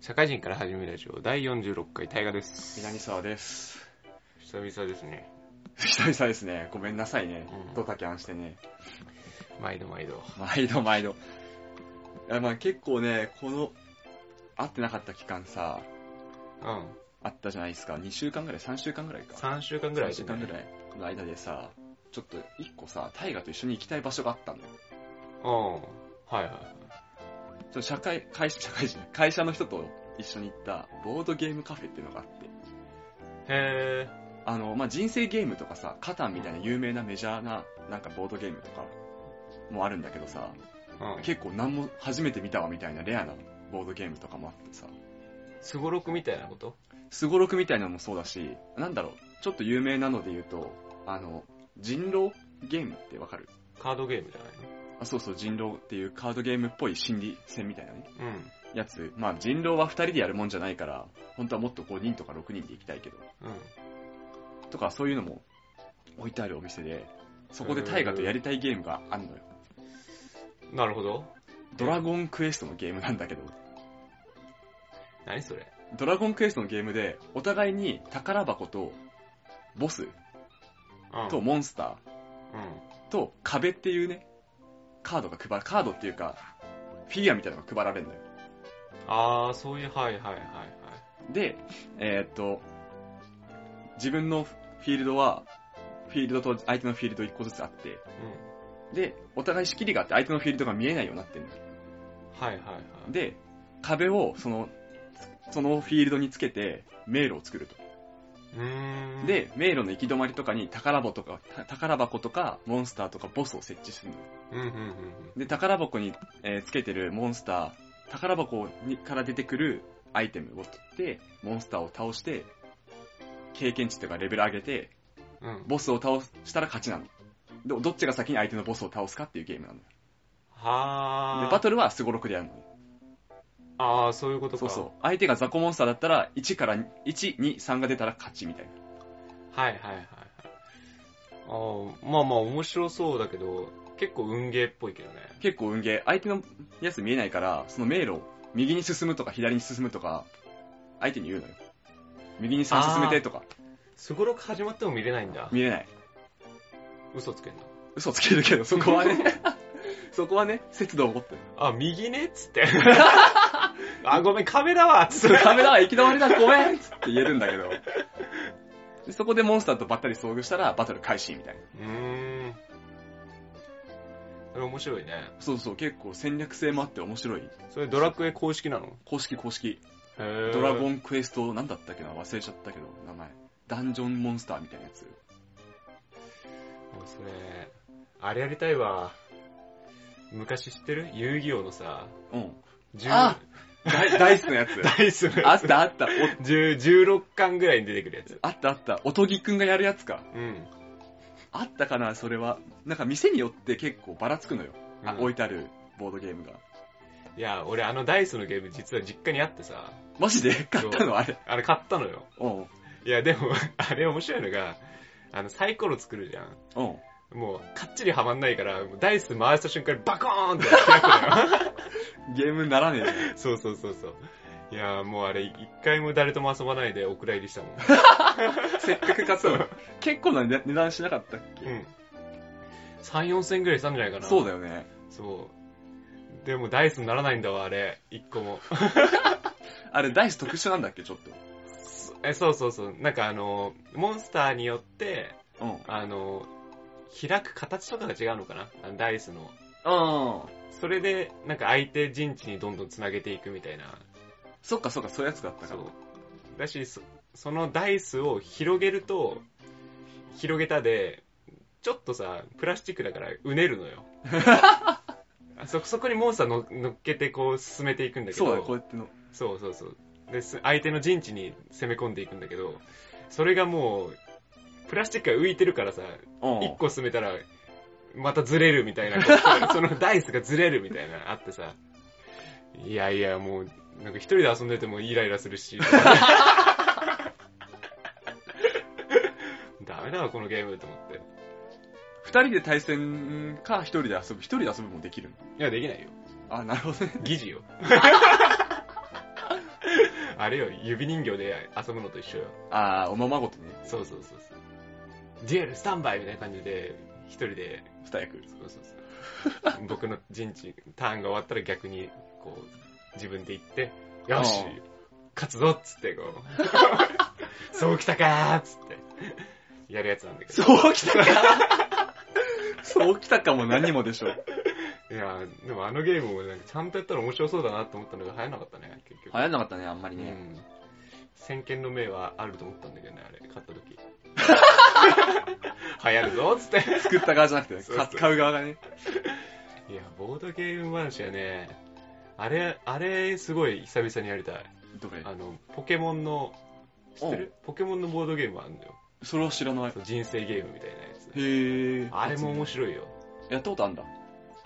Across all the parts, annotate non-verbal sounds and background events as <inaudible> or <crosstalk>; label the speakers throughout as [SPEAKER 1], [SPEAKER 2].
[SPEAKER 1] 社会人から始めるラジオ第46回大河です
[SPEAKER 2] 南沢です。 <laughs>
[SPEAKER 1] 久々ですね
[SPEAKER 2] 久々ですね。ごめんなさいね
[SPEAKER 1] うん。
[SPEAKER 2] ドタキャンしてね。
[SPEAKER 1] 毎度毎度
[SPEAKER 2] 毎度毎度。いや、まあ結構ね、この、会ってなかった期間さ、
[SPEAKER 1] うん
[SPEAKER 2] あったじゃないですか。2週間ぐらい、3週間ぐらいか。
[SPEAKER 1] 3週間ぐらい
[SPEAKER 2] 3週間ぐらいの間でさ、ちょっと一個さ、大河と一緒に行きたい場所があったんだよ。
[SPEAKER 1] うんはいはいはい
[SPEAKER 2] ちょっと社会、会社、社会人、会社の人と一緒に行った、ボードゲームカフェっていうのがあって。
[SPEAKER 1] へ
[SPEAKER 2] あの、まあ、人生ゲームとかさ、カタンみたいな有名なメジャーな、なんかボードゲームとかもあるんだけどさ、
[SPEAKER 1] えうん
[SPEAKER 2] 結構何も初めて見たわみたいなレアなボードゲームとかもあってさ、
[SPEAKER 1] すごろくみたいなこと
[SPEAKER 2] スゴロクみたいなのもそうだし、なんだろう、ちょっと有名なので言うと、あの、人狼ゲームってわかる
[SPEAKER 1] カードゲームじゃない
[SPEAKER 2] あ、そうそう、人狼っていうカードゲームっぽい心理戦みたいなね、
[SPEAKER 1] の
[SPEAKER 2] やつ。まあ人狼は2人でやるもんじゃないから、本当はもっと5人とか6人で行きたいけど、
[SPEAKER 1] うんうん
[SPEAKER 2] とかそういうのも置いてあるお店で、そこで大河とやりたいゲームがあるのよ。
[SPEAKER 1] なるほど
[SPEAKER 2] ドラゴンクエストのゲームなんだけど、
[SPEAKER 1] 何それ
[SPEAKER 2] ドラゴンクエストのゲームで、お互いに宝箱と、ボス
[SPEAKER 1] うん
[SPEAKER 2] とモンスタ
[SPEAKER 1] うん
[SPEAKER 2] ーと壁っていうね、カードが配ら、カードっていうか、フィギュアみたいなのが配られるのよ。
[SPEAKER 1] ああそういうはいはいはいはい
[SPEAKER 2] で、えーっと、自分のフィールドは、フィールドと相手のフィールド1個ずつあって、
[SPEAKER 1] うん
[SPEAKER 2] で、お互い仕切りがあって相手のフィールドが見えないようになってるのよ。
[SPEAKER 1] はいはいはい
[SPEAKER 2] で、壁をその、そのフィールドにつけて迷路を作ると。
[SPEAKER 1] うーん
[SPEAKER 2] で、迷路の行き止まりとかに宝箱とか、た宝箱とか、モンスターとかボスを設置するの。
[SPEAKER 1] うんうんうん
[SPEAKER 2] で、宝箱に、えーつけてるモンスター、宝箱にから出てくるアイテムを取って、モンスターを倒して、経験値とかレベル上げて、
[SPEAKER 1] うんうん
[SPEAKER 2] ボスを倒したら勝ちなの。ど、どっちが先に相手のボスを倒すかっていうゲームなの。で、
[SPEAKER 1] はあ
[SPEAKER 2] バトルはスゴロクでやるの。
[SPEAKER 1] ああそういうことか
[SPEAKER 2] そうそう。相手が雑魚モンスターだったら、1から、1、2、3が出たら勝ちみたいな。
[SPEAKER 1] はいはいはいはい。あーまあまあ面白そうだけど、結構運ゲーっぽいけどね。
[SPEAKER 2] 結構運ゲー、相手のやつ見えないから、その迷路を右に進むとか左に進むとか、相手に言うのよ。右に3進めてとか、
[SPEAKER 1] すごろく始まっても見れないんだ。
[SPEAKER 2] 見れない。
[SPEAKER 1] 嘘つけんだ。
[SPEAKER 2] 嘘つけるけど、そこは <laughs> ね、そこはね、節度を持って。
[SPEAKER 1] あ、右ねっつ
[SPEAKER 2] <laughs>
[SPEAKER 1] って。あ、ごめん、壁だわっつ
[SPEAKER 2] そ
[SPEAKER 1] って
[SPEAKER 2] れ。ダメだわ、行き止まりだ、ごめんっつって言えるんだけど。でそこでモンスターとばったり遭遇したら、バトル開始みたいな。
[SPEAKER 1] うーん。それ面白いね。
[SPEAKER 2] そうそう、結構戦略性もあって面白い。
[SPEAKER 1] それドラクエ公式なの
[SPEAKER 2] 公式公式。
[SPEAKER 1] へ
[SPEAKER 2] ドラゴ
[SPEAKER 1] ン。
[SPEAKER 2] ンクエスト、なんだったっけな、忘れちゃったけど、名前。ダンジョンモンスターみたいなやつ。
[SPEAKER 1] もうそれ、あれやりたいわ。昔知ってる遊戯王のさ、
[SPEAKER 2] うん。
[SPEAKER 1] 10
[SPEAKER 2] あダイダイスのや
[SPEAKER 1] <laughs>
[SPEAKER 2] つ。
[SPEAKER 1] ダイスの
[SPEAKER 2] <laughs> あ
[SPEAKER 1] や
[SPEAKER 2] っ
[SPEAKER 1] つ
[SPEAKER 2] たあった。
[SPEAKER 1] 10 16巻ぐらいに出てくるやつ。
[SPEAKER 2] おあったあった。おとぎくんがやるやつか。
[SPEAKER 1] うん。
[SPEAKER 2] あったかな、それは。なんか店によって結構ばらつくのよ。あ
[SPEAKER 1] うん
[SPEAKER 2] 置いてあるボードゲームが。
[SPEAKER 1] いや、俺あのダイスのゲーム実は実家にあってさ、
[SPEAKER 2] マジで買ったのあれ。
[SPEAKER 1] あれ買ったのよ。
[SPEAKER 2] うん。うん。
[SPEAKER 1] いや、でも、 <laughs> あれ面白いのが、あの、サイコロ作るじゃん。もう、かっちりはまんないから、もうダイス回した瞬間にバコーンって開くのよ。
[SPEAKER 2] ゲームにならねえじ
[SPEAKER 1] <laughs>
[SPEAKER 2] ゃん。 <laughs>
[SPEAKER 1] そうそうそうそう。いや、もうあれ、一回も誰とも遊ばないでお蔵入りしたもん。
[SPEAKER 2] せっかく買ったの。結構な値値段しなかったっ
[SPEAKER 1] う
[SPEAKER 2] け
[SPEAKER 1] ん。3、4千ぐらいしたんじゃないかな。
[SPEAKER 2] そう
[SPEAKER 1] だ。
[SPEAKER 2] だよね。
[SPEAKER 1] そう。でも、ダイスにならないんだわ、あれ。一個も。
[SPEAKER 2] あれ、ダイス特殊なんだっけ、ちょっ
[SPEAKER 1] え、そうそうそう。なんかあの、モンスターによって、
[SPEAKER 2] と。うん。うん。
[SPEAKER 1] あの、開く形とかが違うのかなあのダイスの。それで、なんか相手陣地にどんどん繋げていくみたいな。
[SPEAKER 2] そっかそっか、そういうやつだったか
[SPEAKER 1] そ
[SPEAKER 2] ら。
[SPEAKER 1] う。だし、そそのダイスを広げると、広げたで、ちょっとさ、プラスチックだからうねるのよ。
[SPEAKER 2] <laughs>
[SPEAKER 1] あそ、そこにモンスターの乗っけてこう進めていくんだけど。
[SPEAKER 2] そうだよ、こうやっての。
[SPEAKER 1] そうそうそう。で、す相手の陣地に攻め込んでいくんだけど、それがもう、プラスチックが浮いてるからさ、
[SPEAKER 2] うん。
[SPEAKER 1] 一個進めたら、またずれるみたい
[SPEAKER 2] <laughs>
[SPEAKER 1] な、こうそのダイスがずれるみたいな、あってさ。いやいや、もう、なんか一人で遊んでてもイライラする
[SPEAKER 2] <laughs>
[SPEAKER 1] し。ダメだわ、このゲームと思って。
[SPEAKER 2] 二人で対戦か一人で <laughs> 遊ぶ。一人で遊ぶもできるの
[SPEAKER 1] いや、できないよ。
[SPEAKER 2] あ、なるほどね。
[SPEAKER 1] 疑似よ。あれよ、指人形で遊ぶのと一緒よ。
[SPEAKER 2] あー、おままごとね。
[SPEAKER 1] そうそうそうそう。デュエルスタンバイみたいな感じで、一人で、
[SPEAKER 2] 二役。
[SPEAKER 1] そうそうそう。僕の陣地、ターンが終わったら逆に、こう、自分で行って、よし
[SPEAKER 2] うん、
[SPEAKER 1] 勝つぞっつって、こう。
[SPEAKER 2] <laughs>
[SPEAKER 1] そうきたかーっつって、やるやつなんだけど。
[SPEAKER 2] そう来たかそう来たかも何もでしょう。
[SPEAKER 1] いやーでもあのゲームもなんかちゃんとやったら面白そうだなと思ったのが流行らなかったね、結局。
[SPEAKER 2] 流行んなかったね、あんまり
[SPEAKER 1] う
[SPEAKER 2] ね。
[SPEAKER 1] ん。先見の明はあると思ったんだけどね、あれ、買った時。 <laughs> 流行るぞっつって。
[SPEAKER 2] 作った側じゃなくて、
[SPEAKER 1] そうそう
[SPEAKER 2] か買う側がね。
[SPEAKER 1] いや、ボードゲーム話はね、あれ、あれ、すごい久々にやりたい。
[SPEAKER 2] どれ
[SPEAKER 1] あの、ポケモンの、知ってるポケモンのボードゲームあるんだよ。
[SPEAKER 2] それは知らない。へ
[SPEAKER 1] そう人生ゲームみたいなやつ。
[SPEAKER 2] ー。
[SPEAKER 1] あれも面白いよ。
[SPEAKER 2] やったことあんだ。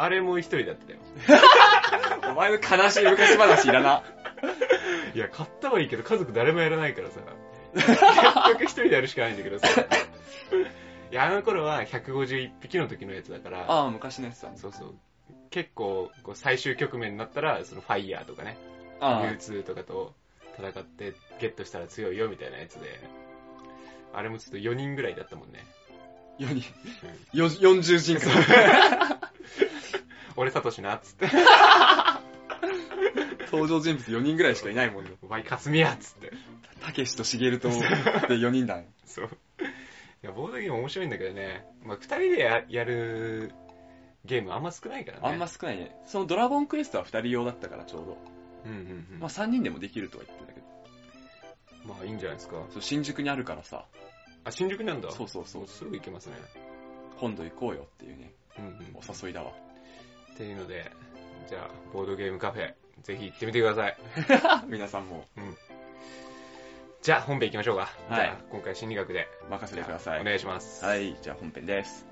[SPEAKER 1] あれも一人だったよ。
[SPEAKER 2] お前の悲しい昔話いらな。
[SPEAKER 1] いや、買ったはいいけど、家族誰もやらないからさ。 <laughs> 結局一人でやるしかないんだけどさ。 <laughs> いや、あの頃は151匹の時のやつだから、
[SPEAKER 2] <laughs> ああ、昔のやつだね。
[SPEAKER 1] そうそう。結構、こう最終局面になったら、そのファイヤーとかね、
[SPEAKER 2] ああ
[SPEAKER 1] 流、通とかと戦ってゲットしたら強いよみたいなやつで、あれもちょっと4人ぐらいだったもんね。
[SPEAKER 2] 4人。 <laughs> よ40人か。
[SPEAKER 1] 俺サトシなっつって、
[SPEAKER 2] 登場人物4人ぐらいしかいないもんね。
[SPEAKER 1] お前カスミやっつって。
[SPEAKER 2] たけしとしげると、で4人だね。
[SPEAKER 1] そう。いや、ボードゲーム面白いんだけどね、まあ2人でややるゲームあんま少ないからね。
[SPEAKER 2] あんま少ないね。そのドラゴンクエストは2人用だったからちょうど。
[SPEAKER 1] うんうんうん。
[SPEAKER 2] まあ
[SPEAKER 1] ま
[SPEAKER 2] 3人でもできるとは言ってたけど。
[SPEAKER 1] あいいんじゃないですか。
[SPEAKER 2] そう新宿にあるからさ。
[SPEAKER 1] あ、新宿なんだ。
[SPEAKER 2] そうそうそう
[SPEAKER 1] も。すぐ行けますね。
[SPEAKER 2] 今度行こうよっていうね、
[SPEAKER 1] うんうん。
[SPEAKER 2] お誘いだわ。
[SPEAKER 1] っていうので、じゃあ、ボードゲームカフェ、ぜひ行ってみてください。
[SPEAKER 2] 皆さんも
[SPEAKER 1] じゃあ、本編行きましょうか。
[SPEAKER 2] はい
[SPEAKER 1] じゃあ、今回心理学で。
[SPEAKER 2] 任せてくださ
[SPEAKER 1] お
[SPEAKER 2] い。
[SPEAKER 1] 願いします。
[SPEAKER 2] はい、じゃあ本編です。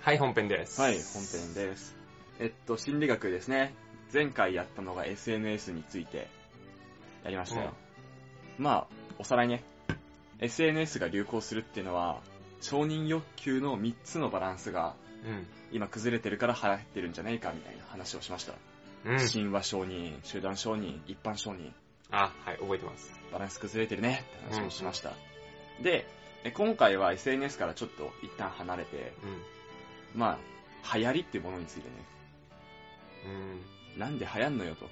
[SPEAKER 1] はい、本編です。
[SPEAKER 2] はい、本編です。えっと、心理学ですね。前回やったのが SNS についてやりましたよ。まあ、おさらいね。SNS が流行するっていうのは、承認欲求の3つのバランスが
[SPEAKER 1] うん。
[SPEAKER 2] 今崩れてるから払ってるんじゃないかみたいな話をしました。
[SPEAKER 1] うん。
[SPEAKER 2] 神話承認、集団承認、一般承認、
[SPEAKER 1] あ、はい、覚えてます。
[SPEAKER 2] バランス崩れてるねって話をしました。で、え今回は SNS からちょっと一旦離れて、
[SPEAKER 1] うん。
[SPEAKER 2] まあ、流行りっていうものについてね、
[SPEAKER 1] うん。
[SPEAKER 2] なんで流行んのよと。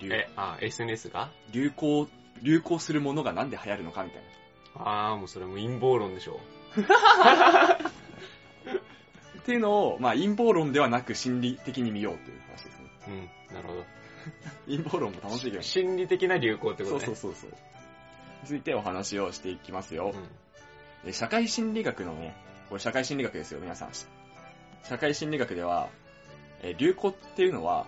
[SPEAKER 2] 流
[SPEAKER 1] え、あ、SNS が
[SPEAKER 2] 流行、流行するものがなんで流行るのかみたいな。
[SPEAKER 1] あー、もうそれもう陰謀論でしょ。
[SPEAKER 2] っていうのを、まあ陰謀論ではなく心理的に見ようという話ですね。
[SPEAKER 1] うん。なるほど。
[SPEAKER 2] 陰謀論も楽しいけど。
[SPEAKER 1] 心理的な流行ってこ
[SPEAKER 2] そ
[SPEAKER 1] と
[SPEAKER 2] う
[SPEAKER 1] ね。
[SPEAKER 2] そう
[SPEAKER 1] う
[SPEAKER 2] そうそう。についてお話をしていきますよ。
[SPEAKER 1] ん。
[SPEAKER 2] で社会心理学のね、これ社会心理学ですよ、皆さん。社会心理学では、えー流行っていうのは、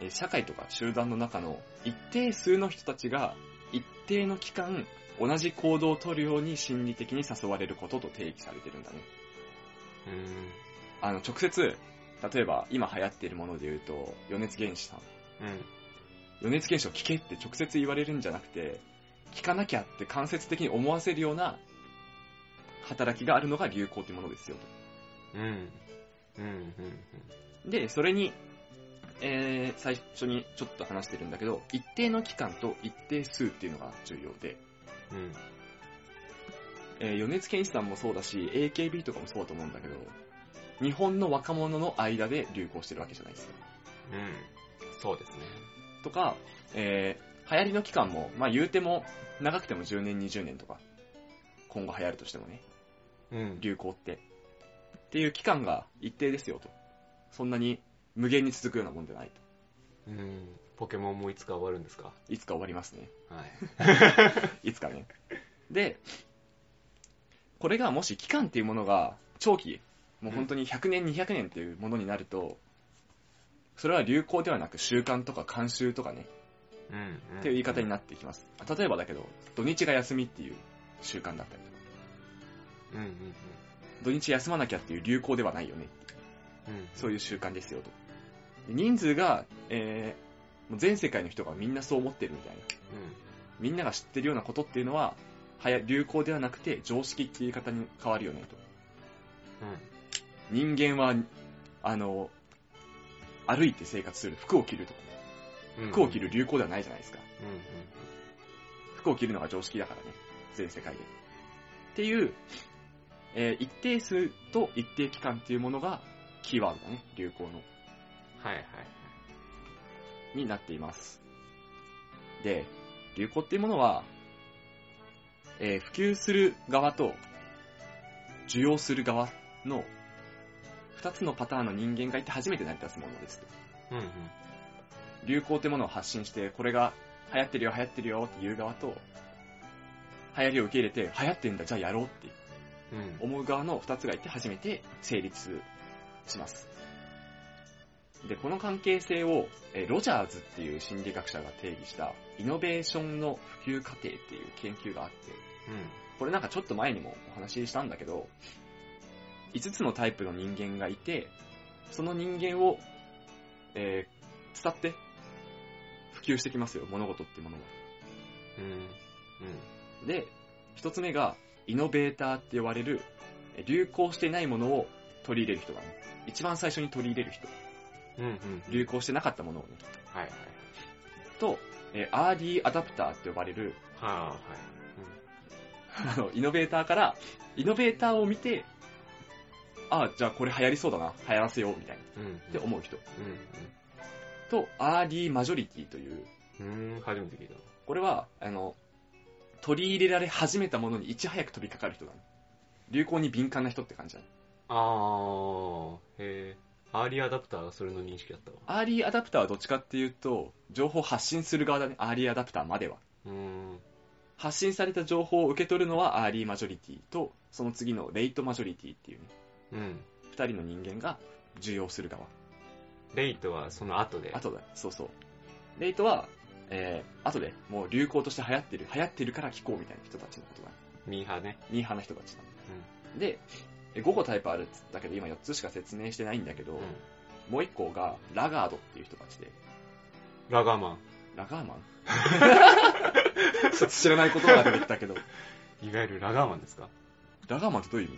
[SPEAKER 2] えー社会とか集団の中の一定数の人たちが一定の期間同じ行動をとるように心理的に誘われることと定義されてるんだね。
[SPEAKER 1] うん。
[SPEAKER 2] あの、直接、例えば今流行っているもので言うと、余熱原子さん。
[SPEAKER 1] うん。
[SPEAKER 2] 余熱原子を聞けって直接言われるんじゃなくて、聞かなきゃって間接的に思わせるような働きがあるのが流行っていうものですよと。
[SPEAKER 1] うん。うん。うん。
[SPEAKER 2] で、それに、えー、最初にちょっと話してるんだけど、一定の期間と一定数っていうのが重要で、
[SPEAKER 1] うん。うん。
[SPEAKER 2] えー、米津玄師さんもそうだし、AKB とかもそうだと思うんだけど、日本の若者の間で流行してるわけじゃないですよ。
[SPEAKER 1] うん。そうですね。
[SPEAKER 2] とか、えー、流行りの期間も、まあ言うても、長くても10年、20年とか、今後流行るとしてもね、
[SPEAKER 1] うん。
[SPEAKER 2] 流行って。っていう期間が一定ですよと。そんなに無限に続くようなもんじゃないと。
[SPEAKER 1] うん。ポケモンもいつか終わるんですか
[SPEAKER 2] いつか終わりますね。
[SPEAKER 1] はい。
[SPEAKER 2] いつかね。で、これがもし期間っていうものが長期、もう本当に100年、200年っていうものになると、それは流行ではなく習慣とか慣習とかね、
[SPEAKER 1] うん。
[SPEAKER 2] っていう言い方に
[SPEAKER 1] な
[SPEAKER 2] なっていきます。例えばだけど、土日が休みっていう習慣だったりとか、
[SPEAKER 1] うん。うん。
[SPEAKER 2] 土日休まなきゃっていう流行ではないよね。
[SPEAKER 1] うん。
[SPEAKER 2] そういう習慣ですよと。で人数が、えもう全世界の人がみんなそう思ってるみたいな。みんなが知ってるようなことっていうのは、はや流行ではなくて常識っていう言い方に変わるよねと。
[SPEAKER 1] う
[SPEAKER 2] 人間は、あの、歩いて生活する、服を着るとか、
[SPEAKER 1] ん。うん。
[SPEAKER 2] 服を着る流行ではないじゃないですか。
[SPEAKER 1] うん。うん。
[SPEAKER 2] 服を着るのが常識だからね。全世界で。っていう、えー一定数と一定期間っていうものがキーワードだね。流行の。
[SPEAKER 1] はいはい。
[SPEAKER 2] になっています。で、流行っていうものは、えー普及する側と、受容する側の、二つのパターンの人間がいて初めて成り立つものです。
[SPEAKER 1] うん。うん。
[SPEAKER 2] 流行ってものを発信して、これが流行ってるよ、流行ってるよって言う側と、流行りを受け入れて、流行ってんだ、じゃあやろうって
[SPEAKER 1] うん。
[SPEAKER 2] 思う側の二つがいて初めて成立します。で、この関係性を、えーロジャーズっていう心理学者が定義したイノベーションの普及過程っていう研究があって、これなんかちょっと前にもお話ししたんだけど、5つのタイプの人間がいて、その人間を、えー伝って普及してきますよ、物事ってものは。
[SPEAKER 1] うん。うん。
[SPEAKER 2] で、一つ目が、イノベーターって呼ばれる、え流行してないものを取り入れる人だね。一番最初に取り入れる人。
[SPEAKER 1] うん。うん。
[SPEAKER 2] 流行してなかったものをね。
[SPEAKER 1] はいはい。
[SPEAKER 2] と、えアーディーアダプターって呼ばれる、 <laughs>
[SPEAKER 1] はあ、はい。
[SPEAKER 2] あの、イノベーターから、イノベーターを見て、あじゃあこれ流行りそうだな。流行らせよう、みたいな。
[SPEAKER 1] うん。うん。
[SPEAKER 2] って思う人。
[SPEAKER 1] う
[SPEAKER 2] と、アーディーマジョリティという、
[SPEAKER 1] ん。うん。うん。初めて聞いた。
[SPEAKER 2] これは、あの、取り入れられ始めたものにいち早く飛びかかる人だね。流行に敏感な人って感じだね。
[SPEAKER 1] あー、へー。アーリーアダプターがそれの認識だったわ。
[SPEAKER 2] アーリーアダプターはどっちかっていうと、情報を発信する側だね、アーリーアダプターまでは。
[SPEAKER 1] うーん。
[SPEAKER 2] 発信された情報を受け取るのはアーリーマジョリティと、その次のレイトマジョリティっていうね、
[SPEAKER 1] うん。
[SPEAKER 2] 二人の人間が受容する側。
[SPEAKER 1] レイトはその後で。
[SPEAKER 2] あとだ、そうそう。レイトは、えー、後で、もう流行として流行ってる、流行ってるから聞こうみたいな人たちのことだね。
[SPEAKER 1] ミーハーね。
[SPEAKER 2] ミーハーな人たちだね。で、5個タイプあるっつったけど、今4つしか説明してないんだけど、
[SPEAKER 1] うん。
[SPEAKER 2] もう1個がラガードっていう人たちで、
[SPEAKER 1] ラガーマ
[SPEAKER 2] ラ
[SPEAKER 1] <laughs>
[SPEAKER 2] ガーマンちょっと知らない言葉が出てきたけど、
[SPEAKER 1] ン。いわゆるラガーマンですか
[SPEAKER 2] ラガーマンってどういう意味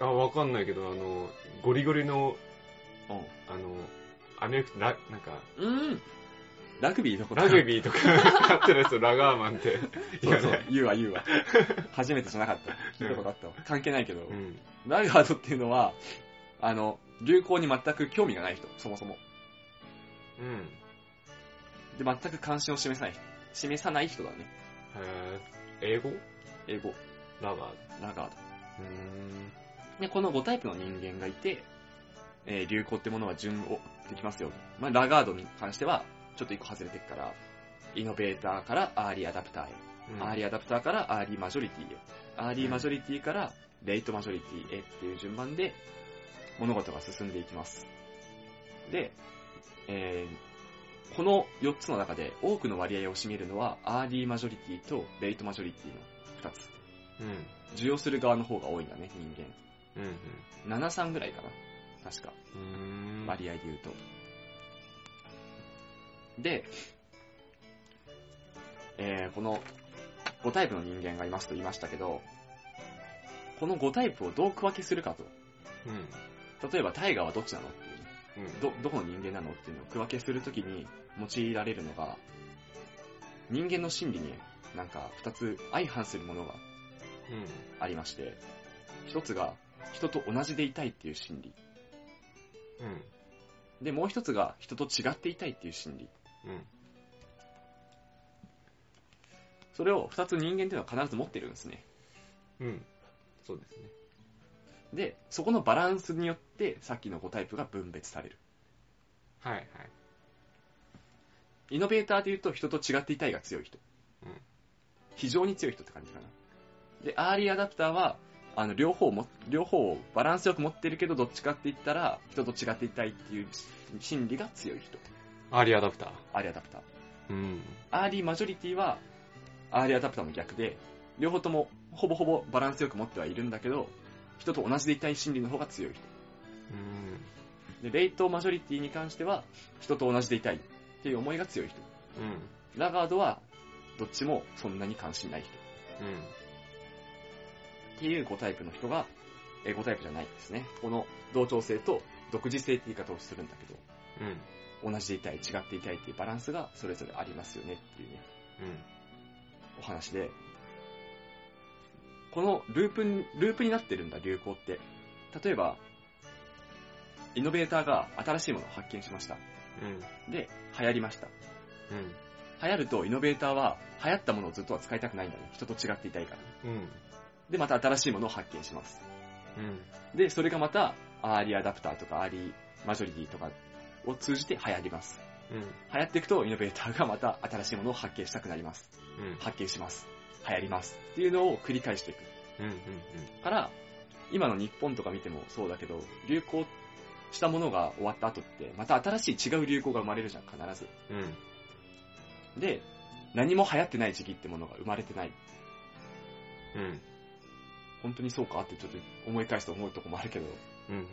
[SPEAKER 2] だっ
[SPEAKER 1] あ、わかんないけど、あの、ゴリゴリの、
[SPEAKER 2] け
[SPEAKER 1] あの、アメリカ、ラ、なんか、
[SPEAKER 2] うん。うん。ラグビーのこと
[SPEAKER 1] ラグビー
[SPEAKER 2] <laughs>
[SPEAKER 1] とかやってるやつをラガーマンって言
[SPEAKER 2] そう
[SPEAKER 1] わな
[SPEAKER 2] そう
[SPEAKER 1] い。、
[SPEAKER 2] 言うわ言
[SPEAKER 1] <laughs>
[SPEAKER 2] うわ。初めてじゃなかった。聞いたことあったわ。関係ないけど、
[SPEAKER 1] うん。
[SPEAKER 2] ラガードっていうのは、あの、流行に全く興味がない人、そもそも。
[SPEAKER 1] うん。
[SPEAKER 2] で、全く関心を示さない人。示さない人だね。
[SPEAKER 1] へー英語
[SPEAKER 2] 英語、
[SPEAKER 1] ラガー。
[SPEAKER 2] ラガード。
[SPEAKER 1] うーん。
[SPEAKER 2] で、この5タイプの人間がいて、えー流行ってものは順を追ってきますよ。まあ、ラガードに関しては、ちょっと一個外れてるから、イノベーターからアーリーアダプターへ、
[SPEAKER 1] うん
[SPEAKER 2] アーリーアダプターからアーリーマジョリティへ、アーリーマジョリティからレイトマジョリティへっていう順番で、物事が進んでいきます。で、えーこの4つの中で多くの割合を占めるのは、アーリーマジョリティとレイトマジョリティの2つ。
[SPEAKER 1] うん。
[SPEAKER 2] 受容する側の方が多いんだね、人間。
[SPEAKER 1] うん。
[SPEAKER 2] 73ぐらいかな。確か。
[SPEAKER 1] うん。うーん。
[SPEAKER 2] 割合で言うと。で、えーこの5タイプの人間がいますと言いましたけど、この5タイプをどう区分けするかと。
[SPEAKER 1] うん。
[SPEAKER 2] 例えば、タイガーはどっちなのっていうね、
[SPEAKER 1] うん。
[SPEAKER 2] ど、どこの人間なのっていうのを区分けするときに用いられるのが、人間の心理になんか2つ相反するものが
[SPEAKER 1] うん。
[SPEAKER 2] ありまして、1つが人と同じでいたいっていう心理。
[SPEAKER 1] うん。
[SPEAKER 2] で、もう一つが人と違っていたいっていう心理。
[SPEAKER 1] うん。
[SPEAKER 2] それを二つ人間っていうのは必ず持ってるんですね。
[SPEAKER 1] うん。そうですね。
[SPEAKER 2] で、そこのバランスによってさっきの5タイプが分別される。
[SPEAKER 1] はいはい。
[SPEAKER 2] イノベーターで言うと人と違っていたいが強い人。
[SPEAKER 1] うん
[SPEAKER 2] 非常に強い人って感じかな。で、アーリーアダプターは、あの、両方も、両方をバランスよく持ってるけど、どっちかって言ったら、人と違っていたいっていう心理が強い人。
[SPEAKER 1] アーリーアダプター。
[SPEAKER 2] アーリーアダプター。
[SPEAKER 1] うん。
[SPEAKER 2] アーリーマジョリティは、アーリーアダプターの逆で、両方とも、ほぼほぼバランスよく持ってはいるんだけど、人と同じでいたい心理の方が強い人。
[SPEAKER 1] うん。
[SPEAKER 2] で、レイトマジョリティに関しては、人と同じでいたい。っていう思いが強い人。
[SPEAKER 1] うん。
[SPEAKER 2] ラガードは、どっちもそんなに関心ない人。
[SPEAKER 1] うん。
[SPEAKER 2] っていう5タイプの人が、えー、5タイプじゃないですね。この同調性と独自性って言い方をするんだけ
[SPEAKER 1] うん。
[SPEAKER 2] ど、同じでいたい、違っていたいっていうバランスがそれぞれありますよねっていうね、お話で、このループに、ループになってるんだ、流行って。例えば、イノベーターが新しいものを発見しました。
[SPEAKER 1] うん。
[SPEAKER 2] で、流行りました。
[SPEAKER 1] うん。
[SPEAKER 2] 流行るとイノベーターは流行ったものをずっとは使いたくないんだね。人と違っていたいから。
[SPEAKER 1] うん。
[SPEAKER 2] で、また新しいものを発見します。
[SPEAKER 1] うん。
[SPEAKER 2] で、それがまた、アーリーアダプターとか、アーリーマジョリティとかを通じて流行ります。
[SPEAKER 1] うん。
[SPEAKER 2] 流行っていくと、イノベーターがまた新しいものを発見したくなります。
[SPEAKER 1] うん。
[SPEAKER 2] 発見します。流行ります。っていうのを繰り返していく。
[SPEAKER 1] うん。うん。
[SPEAKER 2] から、今の日本とか見てもそうだけど、流行したものが終わった後って、また新しい違う流行が生まれるじゃん、必ず。
[SPEAKER 1] うん。うん。
[SPEAKER 2] で、何も流行ってない時期ってものが生まれてない。
[SPEAKER 1] うん。
[SPEAKER 2] 本当にそうかってちょっと思い返すと思うとこもあるけど、
[SPEAKER 1] うん。うん。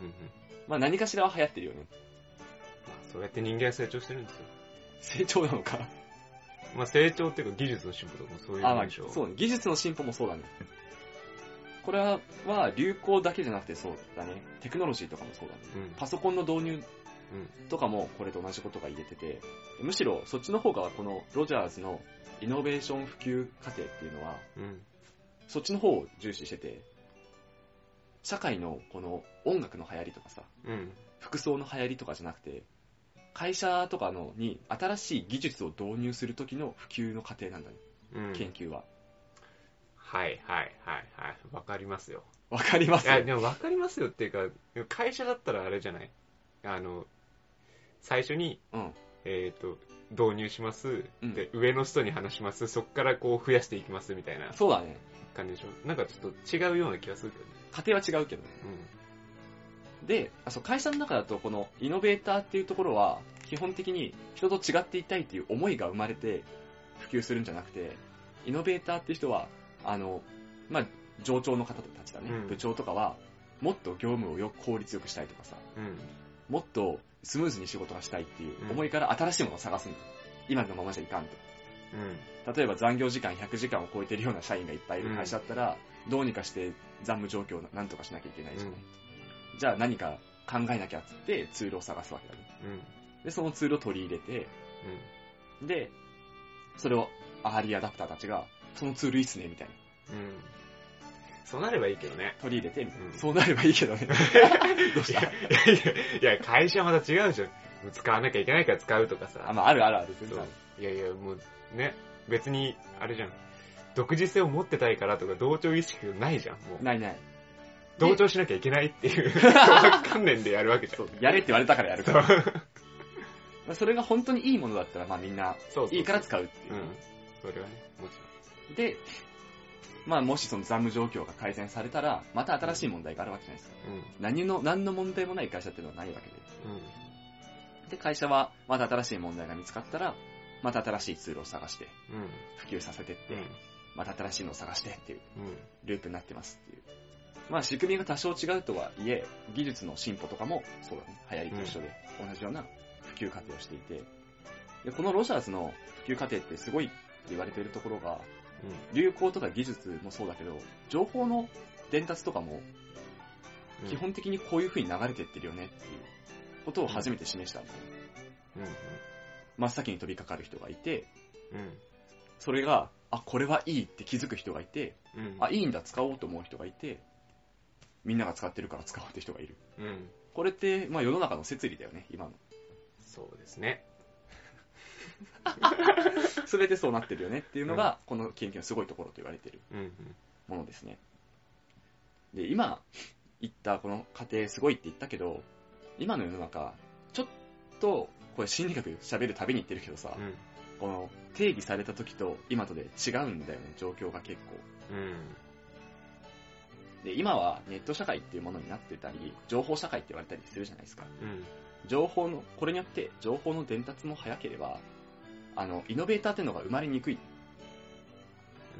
[SPEAKER 2] まあ何かしらは流行ってるよね。
[SPEAKER 1] まあ、そうやって人間は成長してるんですよ。
[SPEAKER 2] 成長なのか。
[SPEAKER 1] まあ、成長っていうか技術の進歩とかも <laughs> そういう
[SPEAKER 2] あ、
[SPEAKER 1] も
[SPEAKER 2] ま
[SPEAKER 1] ん
[SPEAKER 2] あ
[SPEAKER 1] でしょ。、
[SPEAKER 2] そうね。技術の進歩もそうだね。これは、は流行だけじゃなくてそうだね。テクノロジーとかもそうだね。
[SPEAKER 1] うん。
[SPEAKER 2] パソコンの導入とかもこれと同じことが言えてて、むしろそっちの方がこのロジャーズのイノベーション普及過程っていうのは、
[SPEAKER 1] うん。
[SPEAKER 2] そっちの方を重視してて、社会のこの音楽の流行りとかさ、
[SPEAKER 1] うん。
[SPEAKER 2] 服装の流行りとかじゃなくて、会社とかのに新しい技術を導入する時の普及の過程なんだね、
[SPEAKER 1] うん。
[SPEAKER 2] 研究は。
[SPEAKER 1] はいはいはいはい。わかりますよ。
[SPEAKER 2] わかります
[SPEAKER 1] いや、でもわかりますよっていうか、会社だったらあれじゃないあの、最初に、
[SPEAKER 2] うん
[SPEAKER 1] えっ、と、導入します、
[SPEAKER 2] うん
[SPEAKER 1] で、上の人に話します、そっからこう増やしていきますみたいな
[SPEAKER 2] そうだね。
[SPEAKER 1] 感じでしょなんかちょっと違うような気がするけどね。
[SPEAKER 2] 家庭は違うけどね。で、あそう会社の中だと、このイノベーターっていうところは、基本的に人と違っていたいっていう思いが生まれて普及するんじゃなくて、イノベーターっていう人は、あの、まあ、上長の方たちだね、
[SPEAKER 1] うん
[SPEAKER 2] 部長とかは、もっと業務をよ効率よくしたいとかさ、
[SPEAKER 1] うん。うん。
[SPEAKER 2] もっとスムーズに仕事がしたいっていう思いから新しいものを探すんだ。今のままじゃいかんと。
[SPEAKER 1] うん。
[SPEAKER 2] 例えば残業時間100時間を超えてるような社員がいっぱいいる会社だったら、どうにかして残務状況をなんとかしなきゃいけないじゃない、じゃあ何か考えなきゃっつってツールを探すわけだね。
[SPEAKER 1] うん。
[SPEAKER 2] で、そのツールを取り入れて、で、それをアーリーアダプターたちが、そのツールいいっすね、みたいな。
[SPEAKER 1] うん。うん。そうなればいいけどね。 <laughs>
[SPEAKER 2] 取り入れて、みたいな。
[SPEAKER 1] うん
[SPEAKER 2] そうなればいい
[SPEAKER 1] <laughs>
[SPEAKER 2] けどね。どうし
[SPEAKER 1] いや
[SPEAKER 2] た
[SPEAKER 1] いや、いや会社はまた違うじゃん。使わなきゃいけないから使うとかさ。
[SPEAKER 2] あ、まあ、あるあるある、全然
[SPEAKER 1] そ
[SPEAKER 2] あ
[SPEAKER 1] う
[SPEAKER 2] る。
[SPEAKER 1] いやいや、もうね、別に、あれじゃん。独自性を持ってたいからとか同調意識ないじゃん。もう、
[SPEAKER 2] ないない。
[SPEAKER 1] 同調しなきゃいけないって
[SPEAKER 2] <laughs>
[SPEAKER 1] いう観念でやるわけじゃん。
[SPEAKER 2] そう、やれって言われたからやるか
[SPEAKER 1] そう
[SPEAKER 2] ら。まあそれが本当にいいものだったら、まあみんな、
[SPEAKER 1] そうそう
[SPEAKER 2] いいから使うっていうう。
[SPEAKER 1] ん。それはね、もち
[SPEAKER 2] で、まあもしその残務状況が改善されたら、また新しい問題があるわけじゃないですか。
[SPEAKER 1] ろん。
[SPEAKER 2] 何の、何の問題もない会社っていうのはないわけで。
[SPEAKER 1] うん。
[SPEAKER 2] で、会社はまた新しい問題が見つかったら、また新しいツールを探して、
[SPEAKER 1] うん。
[SPEAKER 2] 普及させてって、
[SPEAKER 1] うん。
[SPEAKER 2] また新しいのを探してっていう
[SPEAKER 1] うん。
[SPEAKER 2] ループになってますっていう。まあ仕組みが多少違うとはいえ、技術の進歩とかもそうだね、流行りと一緒で、同じような普及過程をしていて、で、このロジャーズの普及過程ってすごいって言われているところが、流行とか技術もそうだけど、情報の伝達とかも
[SPEAKER 1] うん。
[SPEAKER 2] 基本的にこういう風に流れてってるよねっていうことを初めて示したんだよね
[SPEAKER 1] うん。
[SPEAKER 2] 真っ先に飛びかかる人がいて、
[SPEAKER 1] うん。
[SPEAKER 2] それが、あ、これはいいって気づく人がいて、
[SPEAKER 1] うん。うん。
[SPEAKER 2] あ、いいんだ、使おうと思う人がいて、みんなが使ってるから使おうって人がいる。
[SPEAKER 1] うん。
[SPEAKER 2] これって、まあ世の中の摂理だよね、今の。
[SPEAKER 1] そうですね。
[SPEAKER 2] すべてそうなってるよねっていうのが、この研究のすごいところと言われてる
[SPEAKER 1] うん。うん。
[SPEAKER 2] ものですね。で、今言ったこの過程すごいって言ったけど、今の世の中、ちょっと、これ心理学喋るたびに言ってるけどさ、
[SPEAKER 1] うん。
[SPEAKER 2] この定義された時と今とで違うんだよね、状況が結構。
[SPEAKER 1] うん。
[SPEAKER 2] で、今はネット社会っていうものになってたり、情報社会って言われたりするじゃないですか。
[SPEAKER 1] うん。
[SPEAKER 2] 情報の、これによって情報の伝達も早ければ、あの、イノベーターっていうのが生まれにくい。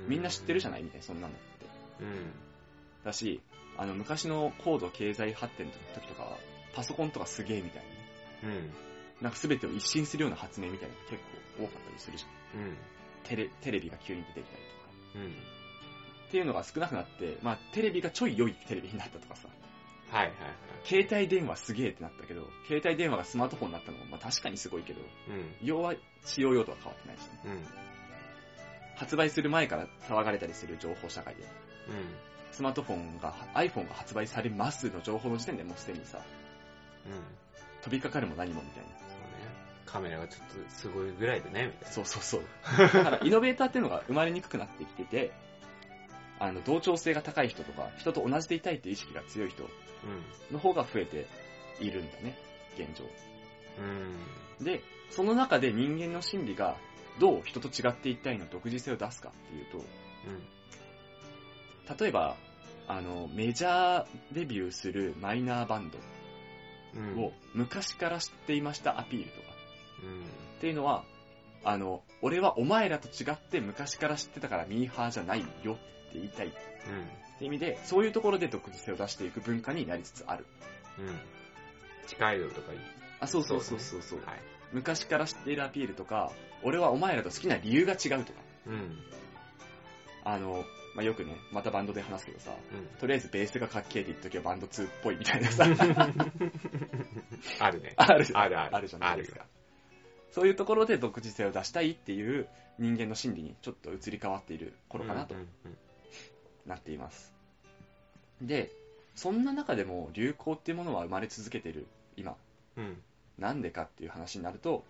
[SPEAKER 2] みんな知ってるじゃ
[SPEAKER 1] な
[SPEAKER 2] ないみたいな、そんなのって。
[SPEAKER 1] いうん。
[SPEAKER 2] だし、あの、昔の高度経済発展の時とかは、パソコンとかすげえみたいなね。
[SPEAKER 1] うん。
[SPEAKER 2] なんか全てを一新するような発明みたいなのが結構多かったりするじゃん。
[SPEAKER 1] うん。
[SPEAKER 2] テレ、テレビが急に出てきたりとか。
[SPEAKER 1] うん。
[SPEAKER 2] っていうのが少なくなって、まあテレビがちょい良いテレビになったとかさ。
[SPEAKER 1] はいはいはい。
[SPEAKER 2] 携帯電話すげえってなったけど、携帯電話がスマートフォンになったのも、まあ確かにすごいけど、
[SPEAKER 1] うん。
[SPEAKER 2] 要は使用用途は変わってないしね。
[SPEAKER 1] うん。
[SPEAKER 2] 発売する前から騒がれたりする情報社会で、スマートフォンが、iPhone が発売されますの情報の時点でもうすでにさ、
[SPEAKER 1] うん。うん。
[SPEAKER 2] 飛びかかるも何もみたい
[SPEAKER 1] そうね。カメラがちょっとすごいぐらいでね、みたい
[SPEAKER 2] な。そうそうそう。だからイノベーターっていうのが生まれにくくなってきてて、あの、同調性が高い人とか、人と同じでいたいっていう意識が強い人の方が増えているんだね、現状。
[SPEAKER 1] な。うん。うん。
[SPEAKER 2] で、その中で人間の心理がどう人と違っていったいの独自性を出すかっていうと、例えば、あの、メジャーデビューするマイナーバンド
[SPEAKER 1] うん。うん。
[SPEAKER 2] を昔から知っていましたアピールとか
[SPEAKER 1] うん。
[SPEAKER 2] っていうのは、あの、俺はお前らと違って昔から知ってたからミーハーじゃないよって言いたいっ
[SPEAKER 1] う
[SPEAKER 2] て意味で、そういうところで独自性を出していく文化になりつつある。
[SPEAKER 1] ん。うん。近いよとかいい。
[SPEAKER 2] あ、そうそうそうそうそう。
[SPEAKER 1] はい。
[SPEAKER 2] 昔から知っているアピールとか、俺はお前らと好きな理由が違うとか。
[SPEAKER 1] うん。
[SPEAKER 2] あの、まあ、よくね、またバンドで話すけどさ、
[SPEAKER 1] うん。
[SPEAKER 2] とりあえずベースがかっけえって言っときはバンド2っぽいみたいなさ、
[SPEAKER 1] あるね。
[SPEAKER 2] あるじゃん。
[SPEAKER 1] あるある。
[SPEAKER 2] あるじゃないですか。そういうところで独自性を出したいっていう人間の心理にちょっと移り変わっている
[SPEAKER 1] ある。
[SPEAKER 2] 頃かなと
[SPEAKER 1] うんうん
[SPEAKER 2] なっています。で、そんな中でも流行っていうものは生まれ続けてる今。
[SPEAKER 1] うん。
[SPEAKER 2] なんでかっていう話になると、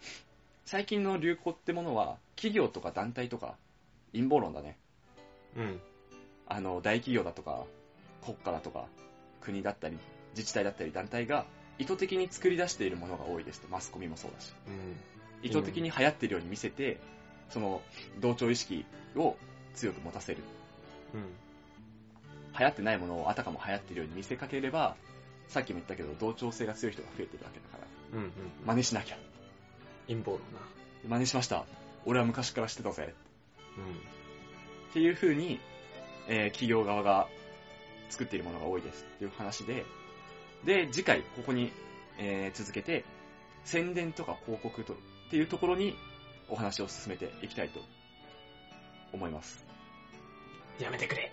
[SPEAKER 2] 最近の流行ってものは企業とか団体とか陰謀論だね。
[SPEAKER 1] うん。
[SPEAKER 2] あの、大企業だとか、国家だとか、国だったり、自治体だったり、団体が意図的に作り出しているものが多いですと。マスコミもそうだし。
[SPEAKER 1] うん。
[SPEAKER 2] 意図的に流行ってるように見せて、その、同調意識を強く持たせる。
[SPEAKER 1] うん。
[SPEAKER 2] 流行ってないものをあたかも流行ってるように見せかければ、さっきも言ったけど、同調性が強い人が増えてるわけだから、
[SPEAKER 1] うん。うん。
[SPEAKER 2] 真似しなきゃ。
[SPEAKER 1] 陰謀論な。
[SPEAKER 2] 真似しました。俺は昔から知ってたぜ。
[SPEAKER 1] うん。
[SPEAKER 2] っていう風に、えー企業側が作っているものが多いですっていう話で、で、次回、ここに、えー続けて、宣伝とか広告とっていうところにお話を進めていきたいと思います。
[SPEAKER 1] やめてく
[SPEAKER 2] <laughs>
[SPEAKER 1] れ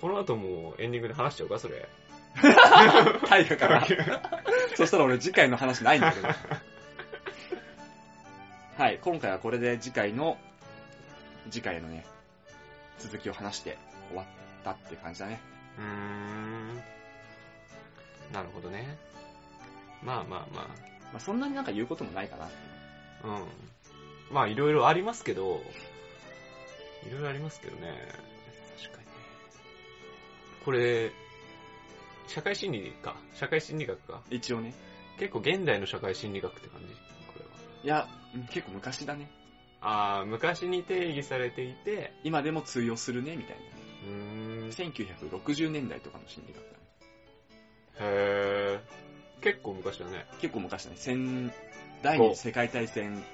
[SPEAKER 1] この後もうエンディングで話しちゃうかそ
[SPEAKER 2] <laughs>
[SPEAKER 1] れ。
[SPEAKER 2] 大 <laughs> 河から。そしたら俺次回の話ないんだけど。はい、今回はこれで次回の、次回のね、続きを話して終わったって感じだね。
[SPEAKER 1] うーん。なるほどね。まあまあま
[SPEAKER 2] まあ、そんなになんか言うこともないかな。
[SPEAKER 1] あ。うん。まあいろいろありますけど、いろいろありますけどね。確かにね。これ、社会心理か。社会心理学か。
[SPEAKER 2] 一応ね。
[SPEAKER 1] 結構現代の社会心理学って感じ。これは。
[SPEAKER 2] いや、うん結構昔だね。
[SPEAKER 1] ああ、昔に定義されていて、
[SPEAKER 2] 今でも通用するね、みたいう
[SPEAKER 1] ーん
[SPEAKER 2] な。。1960年代とかの心理学だね。
[SPEAKER 1] へー。結構昔だね。
[SPEAKER 2] 結構昔だね。戦、第二次世界大戦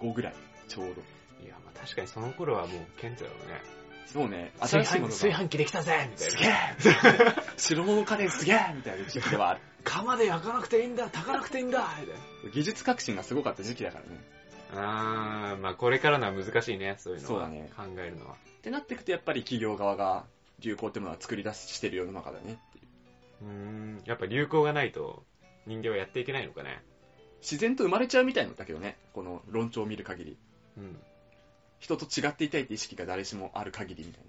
[SPEAKER 2] 後ぐらい、ちょうど。
[SPEAKER 1] いや、まあ確かにその頃はもう顕著だろうね。
[SPEAKER 2] そうね、新しいものが。
[SPEAKER 1] 炊飯器できたぜみたい
[SPEAKER 2] す
[SPEAKER 1] な。
[SPEAKER 2] げえ白物家電すげえみたいな時期ではある。
[SPEAKER 1] 釜で焼かなくていいんだ炊かなくていいんだみたい
[SPEAKER 2] 技術革新がすごかった時期だからね。
[SPEAKER 1] な。あー、まあこれからのは難しいね、そういうの
[SPEAKER 2] そう
[SPEAKER 1] は。
[SPEAKER 2] だね
[SPEAKER 1] 考えるのは。
[SPEAKER 2] ってなってくとやっぱり企業側が流行ってものは作り出してる世の中だね。
[SPEAKER 1] うーん、やっぱ流行がないと人間はやっていけないのかね。
[SPEAKER 2] 自然と生まれちゃうみたいなんだけどね。この論調を見る限り。
[SPEAKER 1] うん。
[SPEAKER 2] 人と違っていたいって意識が誰しもある限りみたいな。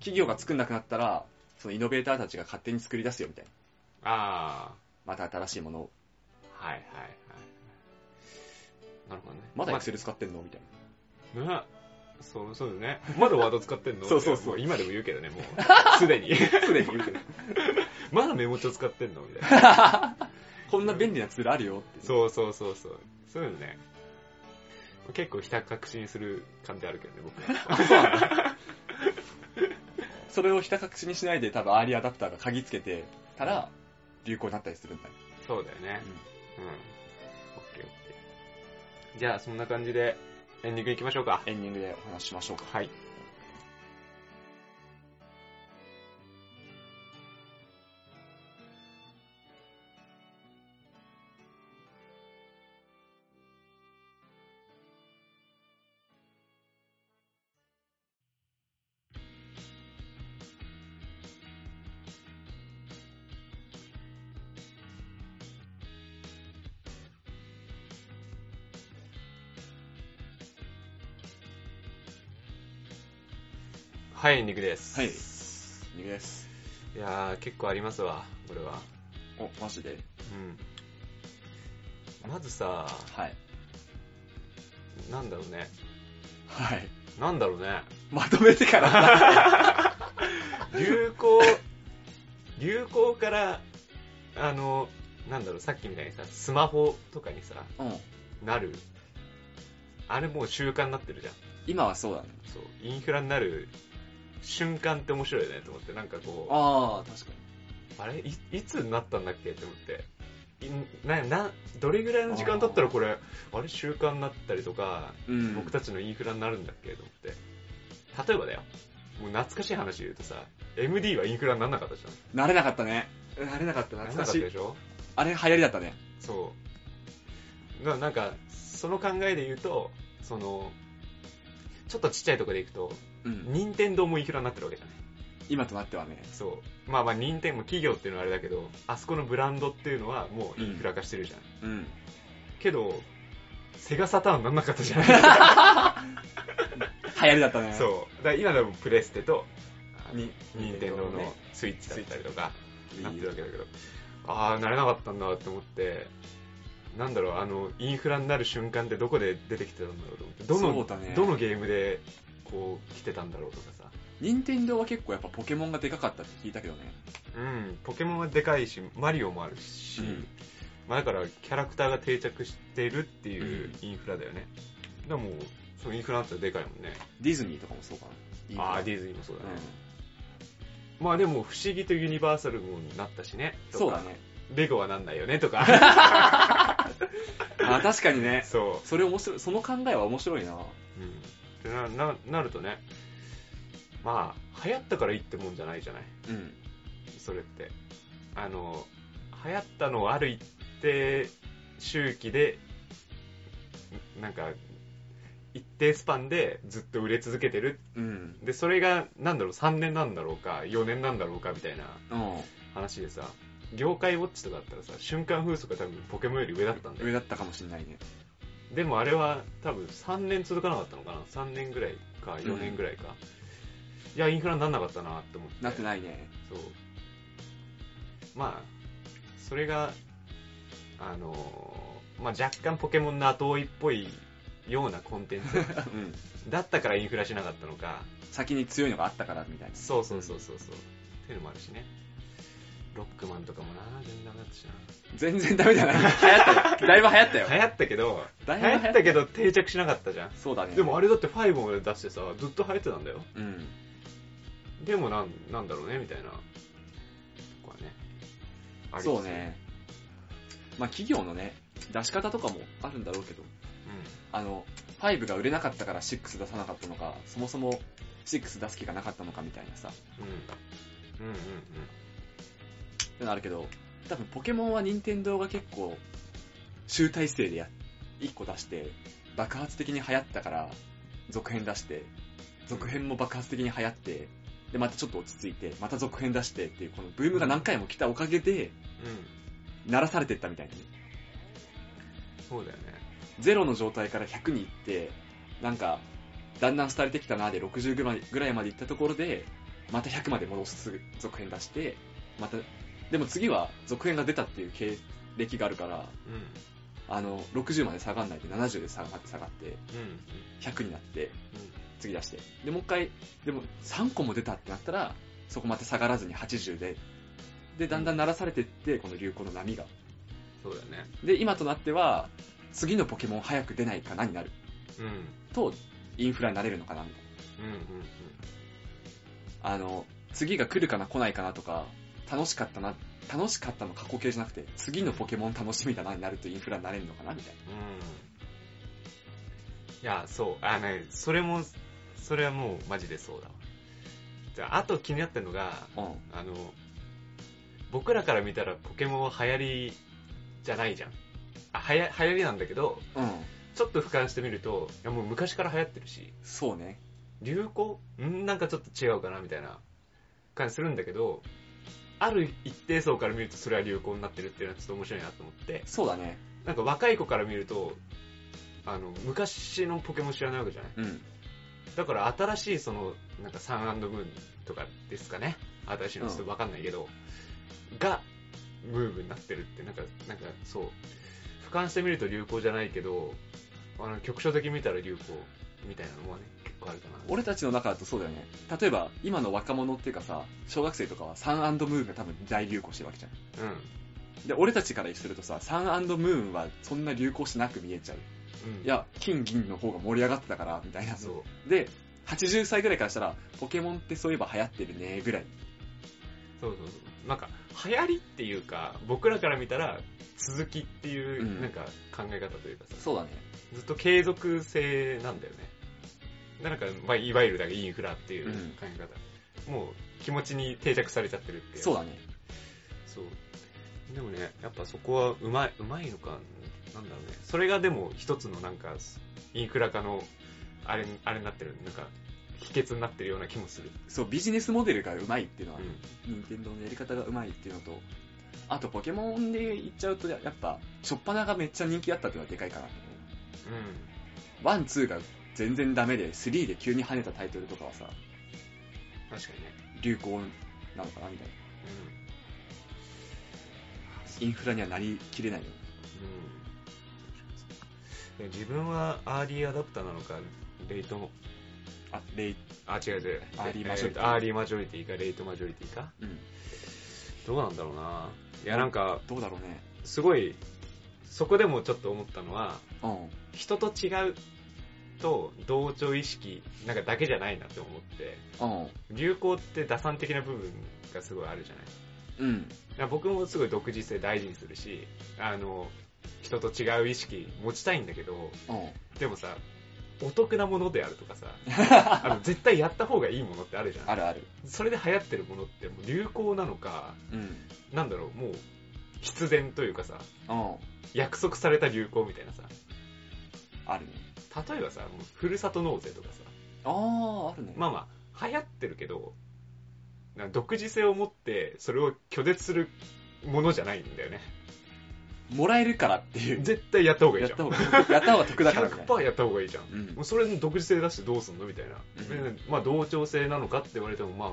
[SPEAKER 2] 企業が作んなくなったら、そのイノベーターたちが勝手に作り出すよみたいな。
[SPEAKER 1] あ
[SPEAKER 2] また新しいものを。
[SPEAKER 1] ー、はいはいはい。なるほどね。
[SPEAKER 2] まだエクセル使ってんのみたいな。
[SPEAKER 1] ね。そう、そうだね。まだワード使ってんの
[SPEAKER 2] <laughs> そうそうそう
[SPEAKER 1] も今でも言うけどね、も
[SPEAKER 2] <laughs>
[SPEAKER 1] う。すでに。 <laughs>
[SPEAKER 2] すでに言うけど。
[SPEAKER 1] まだメモ帳使ってんのみたいな。
[SPEAKER 2] こんな便利なツールあるよって。う。
[SPEAKER 1] そうそうそうそう。そういうのね。結構ひた隠しにする感じあるけどね、僕
[SPEAKER 2] <laughs>
[SPEAKER 1] は。
[SPEAKER 2] それをひた隠しにしないで多分アーリーアダプターが鍵つけてから流行になったりするんだよ。
[SPEAKER 1] そうだよね。うん。オッケーオッケー。じゃあ、そんな感じでエンディングいきましょうか。
[SPEAKER 2] エンディングでお話ししましょうか。
[SPEAKER 1] はい。はい、肉です。
[SPEAKER 2] はい肉です。
[SPEAKER 1] いやー、結構ありますわ、これは。
[SPEAKER 2] お、マジで
[SPEAKER 1] うん。まずさ、
[SPEAKER 2] はい。
[SPEAKER 1] なんだろうね。
[SPEAKER 2] はい。
[SPEAKER 1] なんだろうね。
[SPEAKER 2] まとめて <laughs> から。
[SPEAKER 1] 流
[SPEAKER 2] <laughs>
[SPEAKER 1] 行、流行から、あの、なんだろう、さっきみたいにさ、スマホとかにさ、
[SPEAKER 2] うん。
[SPEAKER 1] なる。あれもう習慣になってるじゃん。
[SPEAKER 2] 今はそうだね。
[SPEAKER 1] そう、インフラになる瞬間って面白いよねと思って、なんかこ
[SPEAKER 2] ああ、確かに。
[SPEAKER 1] う、あれいいつになったんだっけって思って。いな、な、どれぐらいの時間経ったらこれ、あれ習慣になったりとか、
[SPEAKER 2] うん。
[SPEAKER 1] 僕たちのインフラになるんだっけと思って。例えばだよ。もう懐かしい話で言うとさ、MD はインフラにならなかったじゃ
[SPEAKER 2] 慣れなかったね。慣れなかった、
[SPEAKER 1] ん。なら
[SPEAKER 2] 懐
[SPEAKER 1] な
[SPEAKER 2] か
[SPEAKER 1] かっ
[SPEAKER 2] したい
[SPEAKER 1] で。しょ
[SPEAKER 2] あれ流行りだったね。
[SPEAKER 1] そう。ななんか、その考えで言うと、その、ちょっとちっちゃいとこで行くと、
[SPEAKER 2] うん。
[SPEAKER 1] 任天堂もインフラになってるわけじゃない
[SPEAKER 2] 今となってはね。
[SPEAKER 1] そう。まあまあ、任天も企業っていうのはあれだけど、あそこのブランドっていうのはもうインフラ化してるじゃん。
[SPEAKER 2] うん。
[SPEAKER 1] けど、セガサターンなんなかったじゃ <laughs> ない
[SPEAKER 2] 流行りだったね。う。
[SPEAKER 1] そう。だから今でもプレステと、あの
[SPEAKER 2] に、
[SPEAKER 1] 任天堂の
[SPEAKER 2] ね
[SPEAKER 1] スイッチだったりとか、
[SPEAKER 2] いい
[SPEAKER 1] なってるわけだけど、ああ、なれなかったんだって思って、なんだろう、あの、インフラになる瞬間ってどこで出てきてたんだろうと思って、ど
[SPEAKER 2] そ
[SPEAKER 1] の
[SPEAKER 2] う、だね
[SPEAKER 1] どのゲームで、こう、来てたんだろうとかさ。
[SPEAKER 2] 任天堂は結構やっぱポケモンがでかかったって聞いたけどね。
[SPEAKER 1] うん、ポケモンはでかいし、マリオもあるし、
[SPEAKER 2] うん
[SPEAKER 1] まあだからキャラクターが定着してるっていうインフラだよね。でも、そのインフラだったらでかいもんね。
[SPEAKER 2] ディズニーとかもそうかな。
[SPEAKER 1] ああ、
[SPEAKER 2] ィ
[SPEAKER 1] ディズニーもそうだね。まあでも、不思議とユニバーサルもなったしね。とか
[SPEAKER 2] そうだ。ね。
[SPEAKER 1] レゴはなんないよねと
[SPEAKER 2] <laughs>
[SPEAKER 1] か。
[SPEAKER 2] あー確かにね。
[SPEAKER 1] そ
[SPEAKER 2] それ面白い、その考えは面白いな。
[SPEAKER 1] う。うん。ってな、な、なるとね、まあ、流行ったからいいってもんじゃないじゃない。
[SPEAKER 2] うん。
[SPEAKER 1] それって。あの、流行ったのをある一定周期で、んなんか、一定スパンでずっと売れ続けてる。
[SPEAKER 2] うん。
[SPEAKER 1] で、それが、なんだろう、3年なんだろうか、4年なんだろうか、みたいな
[SPEAKER 2] うん。
[SPEAKER 1] 話でさ、業界ウォッチとかだったらさ、瞬間風速が多分ポケモンより上だったんだよ。
[SPEAKER 2] 上だったかもしんないね。
[SPEAKER 1] でもあれは多分3年続かなかったのかな ?3 年ぐらいか、4年ぐらいか。いや、インフラになんなかったなって思って。
[SPEAKER 2] なってないね。
[SPEAKER 1] そう。まあ、それが、あのーまあ若干ポケモンの後追いっぽいようなコンテン
[SPEAKER 2] <laughs>
[SPEAKER 1] ツ
[SPEAKER 2] うん。
[SPEAKER 1] だったからインフラしなかったのか、
[SPEAKER 2] 先に強いのがあったからみたいな。
[SPEAKER 1] そうそうそうそうそう、っていうのもあるしね。ロックマンとかもな、全然ダメだったし
[SPEAKER 2] 全然ダメだな。流行ったよ。だいぶ流行ったよ
[SPEAKER 1] な。。流行ったけど、
[SPEAKER 2] だい
[SPEAKER 1] 流
[SPEAKER 2] ぶ流行
[SPEAKER 1] 行
[SPEAKER 2] った
[SPEAKER 1] ったけど定着しなかったじゃん。
[SPEAKER 2] そうだね。
[SPEAKER 1] でもあれだって5まで出してさ、ずっと流行ってたんだよ。
[SPEAKER 2] うん。
[SPEAKER 1] でもなん、なんだろうね、みたいな。とこはね。ありつつ
[SPEAKER 2] そう。ね。まあ企業のね、出し方とかもあるんだろうけど、
[SPEAKER 1] うん。
[SPEAKER 2] あの、5が売れなかったから6出さなかったのか、そもそも6出す気がなかったのかみたいなさ、
[SPEAKER 1] うん。うんうんうん。
[SPEAKER 2] ってのあるけど、多分ポケモンは任天堂が結構、集大成でや、1個出して、爆発的に流行ったから、続編出して、続編も爆発的に流行って、で、またちょっと落ち着いて、また続編出してっていう、このブームが何回も来たおかげで、
[SPEAKER 1] うん。
[SPEAKER 2] 鳴らされてったみたいなね。
[SPEAKER 1] そうだよね。
[SPEAKER 2] ゼロの状態から100に行って、なんか、だんだん廃れてきたなで60ぐらいぐらいまで行ったところで、また100まで戻す続編出して、また、でも次は続編が出たっていう経歴があるから、
[SPEAKER 1] う
[SPEAKER 2] あの、60まで下がんないで70で下がって下がって、
[SPEAKER 1] ん。うん。
[SPEAKER 2] 100になって、次出して。で、もう一回、でも3個も出たってなったら、そこまた下がらずに80で、で、だんだん鳴らされてって、この流行の波が。
[SPEAKER 1] そうだよね。
[SPEAKER 2] で、今となっては、次のポケモン早く出ないかなになる。
[SPEAKER 1] うん。うん
[SPEAKER 2] とインフラになれるのかなみたい
[SPEAKER 1] うん
[SPEAKER 2] な。あの、次が来るかな来ないかなとか、楽しかったな、楽しかったの過去形じゃなくて、次のポケモン楽しみだなになるとインフラになれるのかなみたい
[SPEAKER 1] うん。うん。いや、そう。あのね、それも、それはもうマジでそうだわ。じゃあ、あと気になってるのが、
[SPEAKER 2] な。うん。
[SPEAKER 1] あの、僕らから見たらポケモンは流行りじゃないじゃん。あ、はや、流行りなんだけど、
[SPEAKER 2] うん。
[SPEAKER 1] ちょっと俯瞰してみると、いやもう昔から流行ってるし、
[SPEAKER 2] そうね。
[SPEAKER 1] 流行んなんかちょっと違うかなみたいな感じするんだけど、ある一定層から見るとそれは流行になってるっていうのはちょっと面白いなと思って、
[SPEAKER 2] そうだね。
[SPEAKER 1] なんか若い子から見ると、あの、昔のポケモン知らないわけじゃない
[SPEAKER 2] うん。
[SPEAKER 1] だから新しいそのなんかサンムーンとかですかね新しいのちょっと分かんないけど、がムーブになってるってなんかなんかそう俯瞰してみると流行じゃないけどあの局所的に見たら流行みたいなのもね結構あるかな
[SPEAKER 2] 俺たちの中だとそうだよね。例えば、今の若者っていうかさ、小学生とかはサンムーンが多分大流行してるわけじゃん。
[SPEAKER 1] うん
[SPEAKER 2] で、俺たちからするとさ、サンムーンはそんな流行しなく見えちゃう。
[SPEAKER 1] うん
[SPEAKER 2] いや、金銀の方が盛り上がってたから、みたいな。
[SPEAKER 1] そう
[SPEAKER 2] で、80歳ぐらいからしたら、ポケモンってそういえば流行ってるね、ぐらい。
[SPEAKER 1] そうそうそうなんか流行りっていうか僕らから見たら続きっていう
[SPEAKER 2] うん
[SPEAKER 1] なんか考え方というかさ、
[SPEAKER 2] そうだね。
[SPEAKER 1] ずっと継続性なんだよねなんか、まあ、いわゆるだからインフラっていう
[SPEAKER 2] うん
[SPEAKER 1] 考え方、もう気持ちに定着されちゃってるってい
[SPEAKER 2] そうだね。
[SPEAKER 1] そうでもねやっぱそこはうまいうまいのかなんだろうねそれがでも一つのなんかインフラ化のあれあれになってるなんか秘訣になってるような気もする、
[SPEAKER 2] そう、ビジネスモデルがうまいっていうのは
[SPEAKER 1] う、ん
[SPEAKER 2] 任天堂のやり方がうまいっていうのと、あとポケモンで言っちゃうと、やっぱ、初っ端がめっちゃ人気だったっていうのはでかいかな。ワン、ツーが全然ダメで、スリーで急に跳ねたタイトルとかはさ、
[SPEAKER 1] うん、確かにね、
[SPEAKER 2] 流行なのかなみたいな。
[SPEAKER 1] うん
[SPEAKER 2] インフラにはなりきれないよ。
[SPEAKER 1] うん、自分はアーリーアダプターなのかレイト
[SPEAKER 2] あ、レイ、
[SPEAKER 1] あ違う違う
[SPEAKER 2] アーリーマジョリティ
[SPEAKER 1] えとアーリーマジョリティかレイトマジョリティか
[SPEAKER 2] うん。
[SPEAKER 1] どうなんだろうないやなんか
[SPEAKER 2] どうだろうね。
[SPEAKER 1] すごいそこでもちょっと思ったのは
[SPEAKER 2] うん。
[SPEAKER 1] 人と違うと同調意識なんかだけじゃないなって思って
[SPEAKER 2] うん。
[SPEAKER 1] 流行って打算的な部分がすごいあるじゃない
[SPEAKER 2] うん。
[SPEAKER 1] だから僕もすごい独自性大事にするしあの人と違う意識持ちたいんだけど
[SPEAKER 2] うん。
[SPEAKER 1] でもさ、お得なものであるとか
[SPEAKER 2] <laughs>
[SPEAKER 1] さ、あの絶対やった方がいいものってあるじゃ
[SPEAKER 2] あ
[SPEAKER 1] ん。
[SPEAKER 2] るある。
[SPEAKER 1] それで流行ってるものってもう流行なのか、
[SPEAKER 2] うん。
[SPEAKER 1] なんだろう、もう必然というかさ、
[SPEAKER 2] うん。
[SPEAKER 1] 約束された流行みたいなさ、
[SPEAKER 2] あるね。
[SPEAKER 1] 例えばさ、もうふるさと納税とかさ、
[SPEAKER 2] ああ、あるね。
[SPEAKER 1] まあまあ、流行ってるけど、なんか独自性を持ってそれを拒絶するものじゃないんだよね。
[SPEAKER 2] もらえるからっていう。
[SPEAKER 1] 絶対やった方がいい
[SPEAKER 2] やっ
[SPEAKER 1] じゃん
[SPEAKER 2] た。方が、やった方が得だからみたいな。
[SPEAKER 1] 100%やった方がいいじゃん。
[SPEAKER 2] うん
[SPEAKER 1] もう。それの独自性出してどうすんのみたいな、
[SPEAKER 2] うん
[SPEAKER 1] でまあ同調性なのかって言われても、まあ、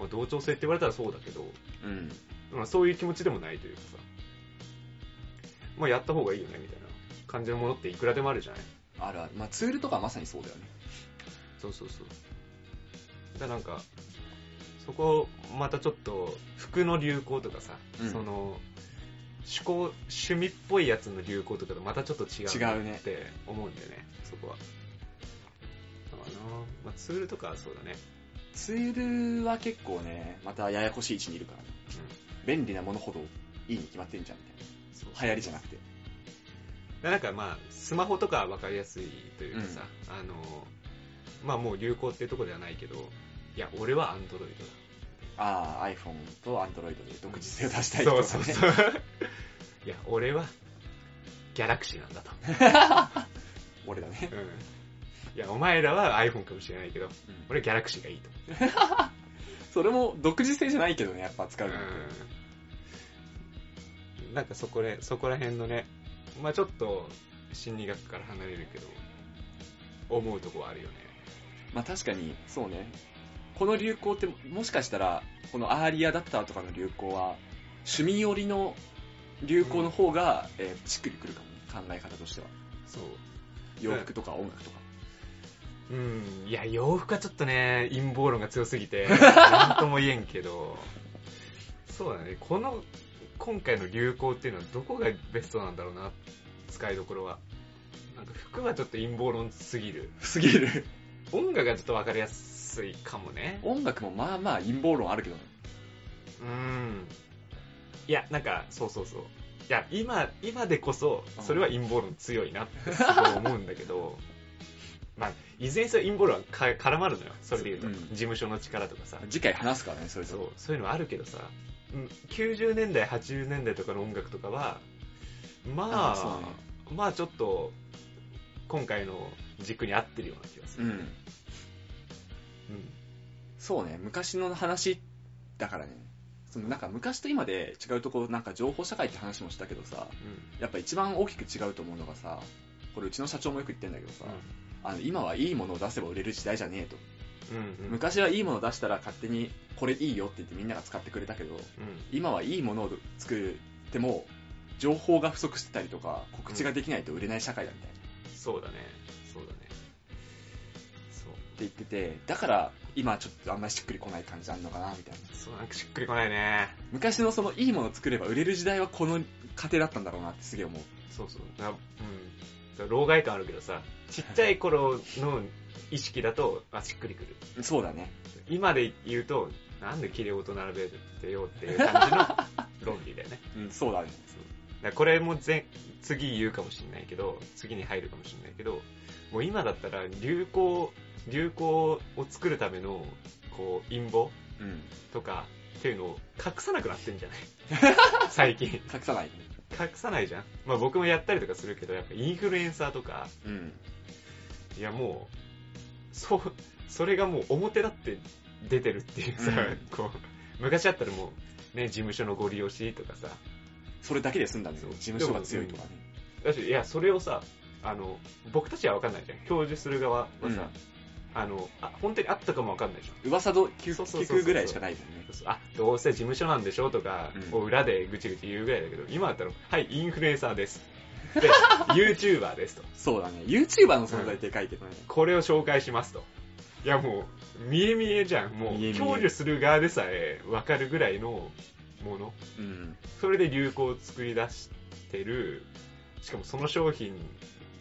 [SPEAKER 1] まあ同調性って言われたらそうだけど、
[SPEAKER 2] うん。
[SPEAKER 1] まあ、そういう気持ちでもないというかさまあやった方がいいよねみたいな感じのものっていくらでもあるじゃない
[SPEAKER 2] あるある。まあツールとかはまさにそうだよね。
[SPEAKER 1] そうそうそうだからなんかそこをまたちょっと服の流行とかさ、
[SPEAKER 2] うん
[SPEAKER 1] その趣向趣味っぽいやつの流行とかとまたちょっと違うな
[SPEAKER 2] 違うね
[SPEAKER 1] って思うんだよねそこはだからなまあ、ツールとかはそうだね
[SPEAKER 2] ツールは結構ね、またややこしい位置にいるからね。便利なものほどいいに決まってんじゃんみたい
[SPEAKER 1] そう
[SPEAKER 2] な。流行りじゃなくて。
[SPEAKER 1] だからなんかまあスマホとかは分かりやすいというかさ、あのまあもう流行っていうとこではないけどいや俺はアンドロイドだ
[SPEAKER 2] ああ、iPhone と Android で独自性を出したいとか
[SPEAKER 1] そ
[SPEAKER 2] ね。
[SPEAKER 1] うそうそう <laughs> いや俺はギャラクシー <laughs> なんだと、
[SPEAKER 2] <laughs> 俺だね。
[SPEAKER 1] うんいやお前らは iPhone かもしれないけど
[SPEAKER 2] うん
[SPEAKER 1] 俺ギャラクシーがいいと、
[SPEAKER 2] それも独自性じゃないけどね、やっぱ使うのって。
[SPEAKER 1] うんなんかそこでそこら辺のねまあちょっと心理学から離れるけど思うとこはあるよね
[SPEAKER 2] まあ確かに、そうね。この流行って、もしかしたら、このアーリーアダプターとかの流行は、趣味寄りの流行の方が、えーしっくりくるかも、考え方としては。
[SPEAKER 1] そう
[SPEAKER 2] 洋服とか音楽とか。
[SPEAKER 1] うん、いや、洋服はちょっとね、陰謀論が強すぎて、なんとも言えんけど、そうだね、この、今回の流行っていうのはどこがベストなんだろうな、使いどころは。なんか服はちょっと陰謀論すぎる。
[SPEAKER 2] すぎる。
[SPEAKER 1] 音楽がちょっとわかりやすいかもね。
[SPEAKER 2] 音楽もまあまあ陰謀論あるけどね。
[SPEAKER 1] うん。いや、なんか、そうそうそう。いや、今、今でこそ、それは陰謀論強いなってすごい思うんだけど、まあ、いずれにせよ陰謀論はか絡まるのよ。それで言うと。
[SPEAKER 2] うん
[SPEAKER 1] 事務所の力とかさ。
[SPEAKER 2] 次回話すからね、それ
[SPEAKER 1] そ
[SPEAKER 2] と。
[SPEAKER 1] う、そういうのあるけどさ、うん90年代、80年代とかの音楽とかは、ま
[SPEAKER 2] あそう
[SPEAKER 1] あ、
[SPEAKER 2] ね
[SPEAKER 1] まあちょっと、今回の軸に合ってるような気がす
[SPEAKER 2] う
[SPEAKER 1] る。
[SPEAKER 2] ん。
[SPEAKER 1] うん
[SPEAKER 2] そうね、昔の話だからね。そのなんか昔と今で違うところ、なんか情報社会って話もしたけどさ、やっぱ一番大きく違うと思うのがさ、これうちの社長もよく言ってんだけどさ、
[SPEAKER 1] う
[SPEAKER 2] あの今はいいものを出せば売れる時代じゃねえと
[SPEAKER 1] うんうん
[SPEAKER 2] 昔はいいものを出したら勝手にこれいいよって言ってみんなが使ってくれたけど今はいいものを作っても情報が不足してたりとか告知ができないと売れない社会だみたいなって
[SPEAKER 1] そうだねそうだねそう
[SPEAKER 2] 言っててだから今ちょっとあんまりしっくりこない感じなのかなみたいな
[SPEAKER 1] そうなんかしっくりこないね
[SPEAKER 2] 昔のそのいいものを作れば売れる時代はこの過程だったんだろうなってすげえ思う
[SPEAKER 1] そうそうなうんそう老害感あるけどさちっちゃい頃の意識だとあしっくりくる
[SPEAKER 2] そうだね
[SPEAKER 1] 今で言うとなんで綺麗事並べてよっていう感じの論理だよね
[SPEAKER 2] うんそうだね
[SPEAKER 1] だからこれも前次言うかもしれないけど次に入るかもしれないけどもう今だったら流行流行を作るためのこう陰謀
[SPEAKER 2] うん
[SPEAKER 1] とかっていうのを隠さなくなってんじゃない最近
[SPEAKER 2] 隠さない
[SPEAKER 1] 隠さないじゃんまあ僕もやったりとかするけどやっぱインフルエンサーとか
[SPEAKER 2] うん
[SPEAKER 1] いやもうそうそれがもう表だって出てるっていうさ、
[SPEAKER 2] うん
[SPEAKER 1] こう昔だったらもうね事務所のご利用しとかさ
[SPEAKER 2] それだけで済んだんですよ
[SPEAKER 1] そう
[SPEAKER 2] 事務所が強いとかね
[SPEAKER 1] だしいやそれをさあの僕たちは分かんないじゃん教授する側はさ、
[SPEAKER 2] うん
[SPEAKER 1] あのあ本当にあったかも分かんないじゃん
[SPEAKER 2] 噂ど聞
[SPEAKER 1] そうそ
[SPEAKER 2] く
[SPEAKER 1] うそうそう
[SPEAKER 2] 聞くぐらいしかないもんね
[SPEAKER 1] あどうせ事務所なんでしょとか
[SPEAKER 2] う
[SPEAKER 1] を
[SPEAKER 2] ん
[SPEAKER 1] 裏でぐちぐち言うぐらいだけど、今だったら「はいインフルエンサー
[SPEAKER 2] <laughs>
[SPEAKER 1] です」で「YouTuber です」と
[SPEAKER 2] そうだね YouTuber の存在でかいけどね
[SPEAKER 1] 「これを紹介します」といやもう見え見えじゃんもう
[SPEAKER 2] 見え見え
[SPEAKER 1] 享受する側でさえ分かるぐらいのもの
[SPEAKER 2] うん
[SPEAKER 1] それで流行を作り出してるしかもその商品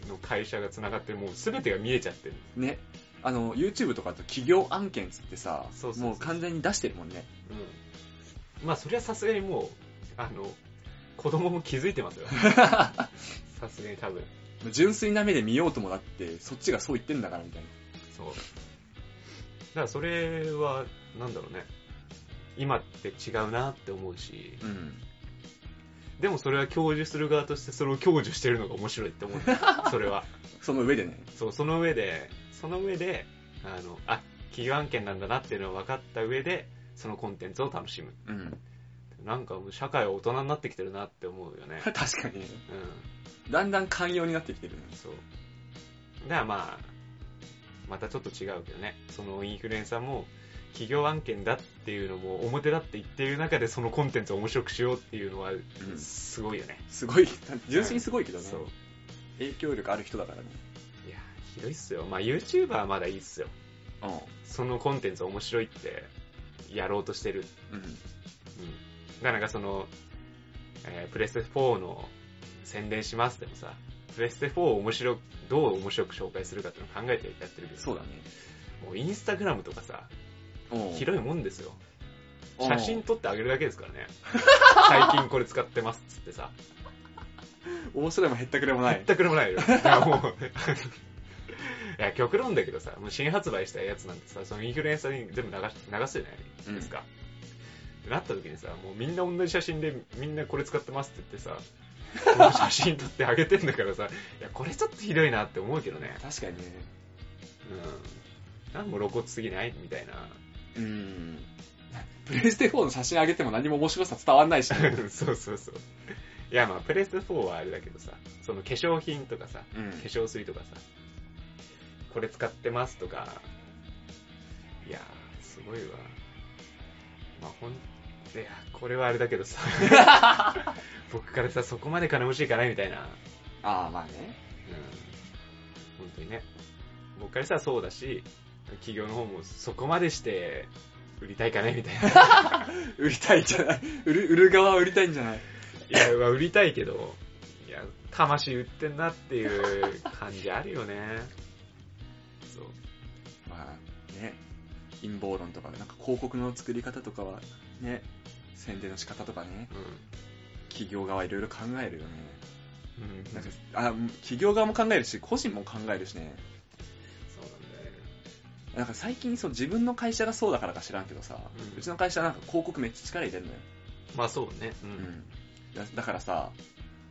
[SPEAKER 1] の会社がつながってもう全てが見えちゃってる
[SPEAKER 2] ねあの YouTube とかだと企業案件つってさ
[SPEAKER 1] そうそうそう
[SPEAKER 2] もう完全に出してるもんね
[SPEAKER 1] うんまあそれはさすがにもうあの子供も気づいてますよさすがに多分
[SPEAKER 2] 純粋な目で見ようともだってそっちがそう言ってんだからみたいな
[SPEAKER 1] そうだからそれはなんだろうね今って違うなって思うし
[SPEAKER 2] うん
[SPEAKER 1] でもそれは享受する側としてそれを享受してるのが面白いって思うんだよそれは
[SPEAKER 2] その上でね
[SPEAKER 1] そうその上でその上であのあ企業案件なんだなっていうのは分かった上でそのコンテンツを楽しむ
[SPEAKER 2] うん
[SPEAKER 1] なんかもう社会は大人になってきてるなって思うよ
[SPEAKER 2] <laughs>
[SPEAKER 1] ね
[SPEAKER 2] 確かにね
[SPEAKER 1] うん
[SPEAKER 2] だんだん寛容になってきてるね
[SPEAKER 1] そう。だからまあ、またちょっと違うけどね。そのインフルエンサーも、企業案件だっていうのも表だって言ってる中でそのコンテンツを面白くしようっていうのは
[SPEAKER 2] うん
[SPEAKER 1] すごいよね。
[SPEAKER 2] すごい純粋にすごいけどね
[SPEAKER 1] そう。
[SPEAKER 2] 影響力ある人だからね
[SPEAKER 1] いや、ひどいっすよ。まあ YouTuber はまだいいっすよ。
[SPEAKER 2] う
[SPEAKER 1] そのコンテンツ面白いってやろうとしてる。
[SPEAKER 2] んうん
[SPEAKER 1] うん。だからなんかその、えープレステ4の宣伝しますでもさ、プレステ4を面白く、どう面白く紹介するかっていうのを考えてやってるけどさ
[SPEAKER 2] そうだね
[SPEAKER 1] もうインスタグラムとかさ、
[SPEAKER 2] うん
[SPEAKER 1] 広いもんですよ。
[SPEAKER 2] うん
[SPEAKER 1] 写真撮ってあげるだけです
[SPEAKER 2] <laughs>
[SPEAKER 1] からね。最近これ使ってますっつってさ。
[SPEAKER 2] 面白いも減ったくれもない
[SPEAKER 1] 全くもないよ。だからもう <laughs> いや、極論だけどさ、もう新発売したやつなんてさ、そのインフルエンサーに全部流し流すじゃないですか。ってなった時にさ、もうみんな同じ写真でみんなこれ使ってますって言って
[SPEAKER 2] <laughs>
[SPEAKER 1] さ、この写真撮ってあげてんだからさ、いや、これちょっとひどいなって思うけどね。
[SPEAKER 2] 確かにね
[SPEAKER 1] うん。なんも露骨すぎないみたいな。
[SPEAKER 2] うんプレイステ4の写真上げても何も面白さ伝わんないしね
[SPEAKER 1] <laughs> そうそうそう。いや、まあ、プレステ4はあれだけどさ、その化粧品とかさ、
[SPEAKER 2] う
[SPEAKER 1] 化
[SPEAKER 2] ん
[SPEAKER 1] 粧水とかさ、これ使ってますとか、いやー、すごいわ。まあ、ほん、いや、これはあれだけどさ、僕からさ、そこまで金持ちいかないみたいな、
[SPEAKER 2] ああまあね
[SPEAKER 1] うん、本当にね。僕からしたらそうだし、企業の方もそこまでして、売りたいかねみたいな。
[SPEAKER 2] 売りたいんじゃない売る売る側は売りたいんじゃない
[SPEAKER 1] いや、まあ売りたいけど、いや、魂売ってんなっていう感じあるよね。 <laughs> そう。
[SPEAKER 2] まあね陰謀論とかなんか広告の作り方とかはね宣伝の仕方とかね
[SPEAKER 1] う
[SPEAKER 2] 企業側いろいろ考えるよ
[SPEAKER 1] ん。
[SPEAKER 2] ね
[SPEAKER 1] うん。
[SPEAKER 2] なん
[SPEAKER 1] そ
[SPEAKER 2] かあ企業側も考えるし個人も考えるしね
[SPEAKER 1] うなんだよね。
[SPEAKER 2] なんか最近そう自分の会社がそうだからか知らんけどさ、
[SPEAKER 1] う
[SPEAKER 2] うんちの会社なんか広告めっちゃ力入れんのよ、
[SPEAKER 1] まあそうね。う。
[SPEAKER 2] うんだだからさ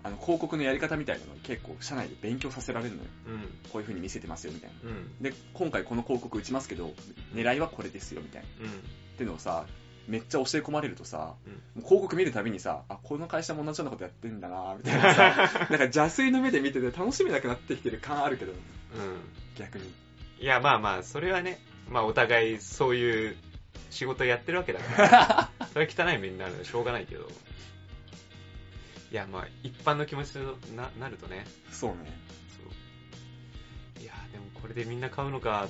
[SPEAKER 2] あの広告のやり方みたいなの結構社内で勉強させられるのよ
[SPEAKER 1] うん。
[SPEAKER 2] こういう風に見せてますよみたいな
[SPEAKER 1] うん。
[SPEAKER 2] で今回この広告打ちますけど狙いはこれですよみたいな
[SPEAKER 1] うん。
[SPEAKER 2] ってのをさめっちゃ教え込まれるとさ、
[SPEAKER 1] うん
[SPEAKER 2] もう広告見るたびにさ、あ、この会社も同じようなことやってんだなみたいな <laughs> さ、なんか邪推の目で見てて楽しみなくなってきてる感あるけど、
[SPEAKER 1] う
[SPEAKER 2] 逆に。
[SPEAKER 1] ん。いや、まあまあ、それはね、まあお互いそういう仕事やってるわけだから、 <laughs> それは汚い目になるのはしょうがないけど。いや、まあ、一般の気持ちにななるとね、
[SPEAKER 2] そうね。
[SPEAKER 1] そういやでもこれでみんな買うのかっ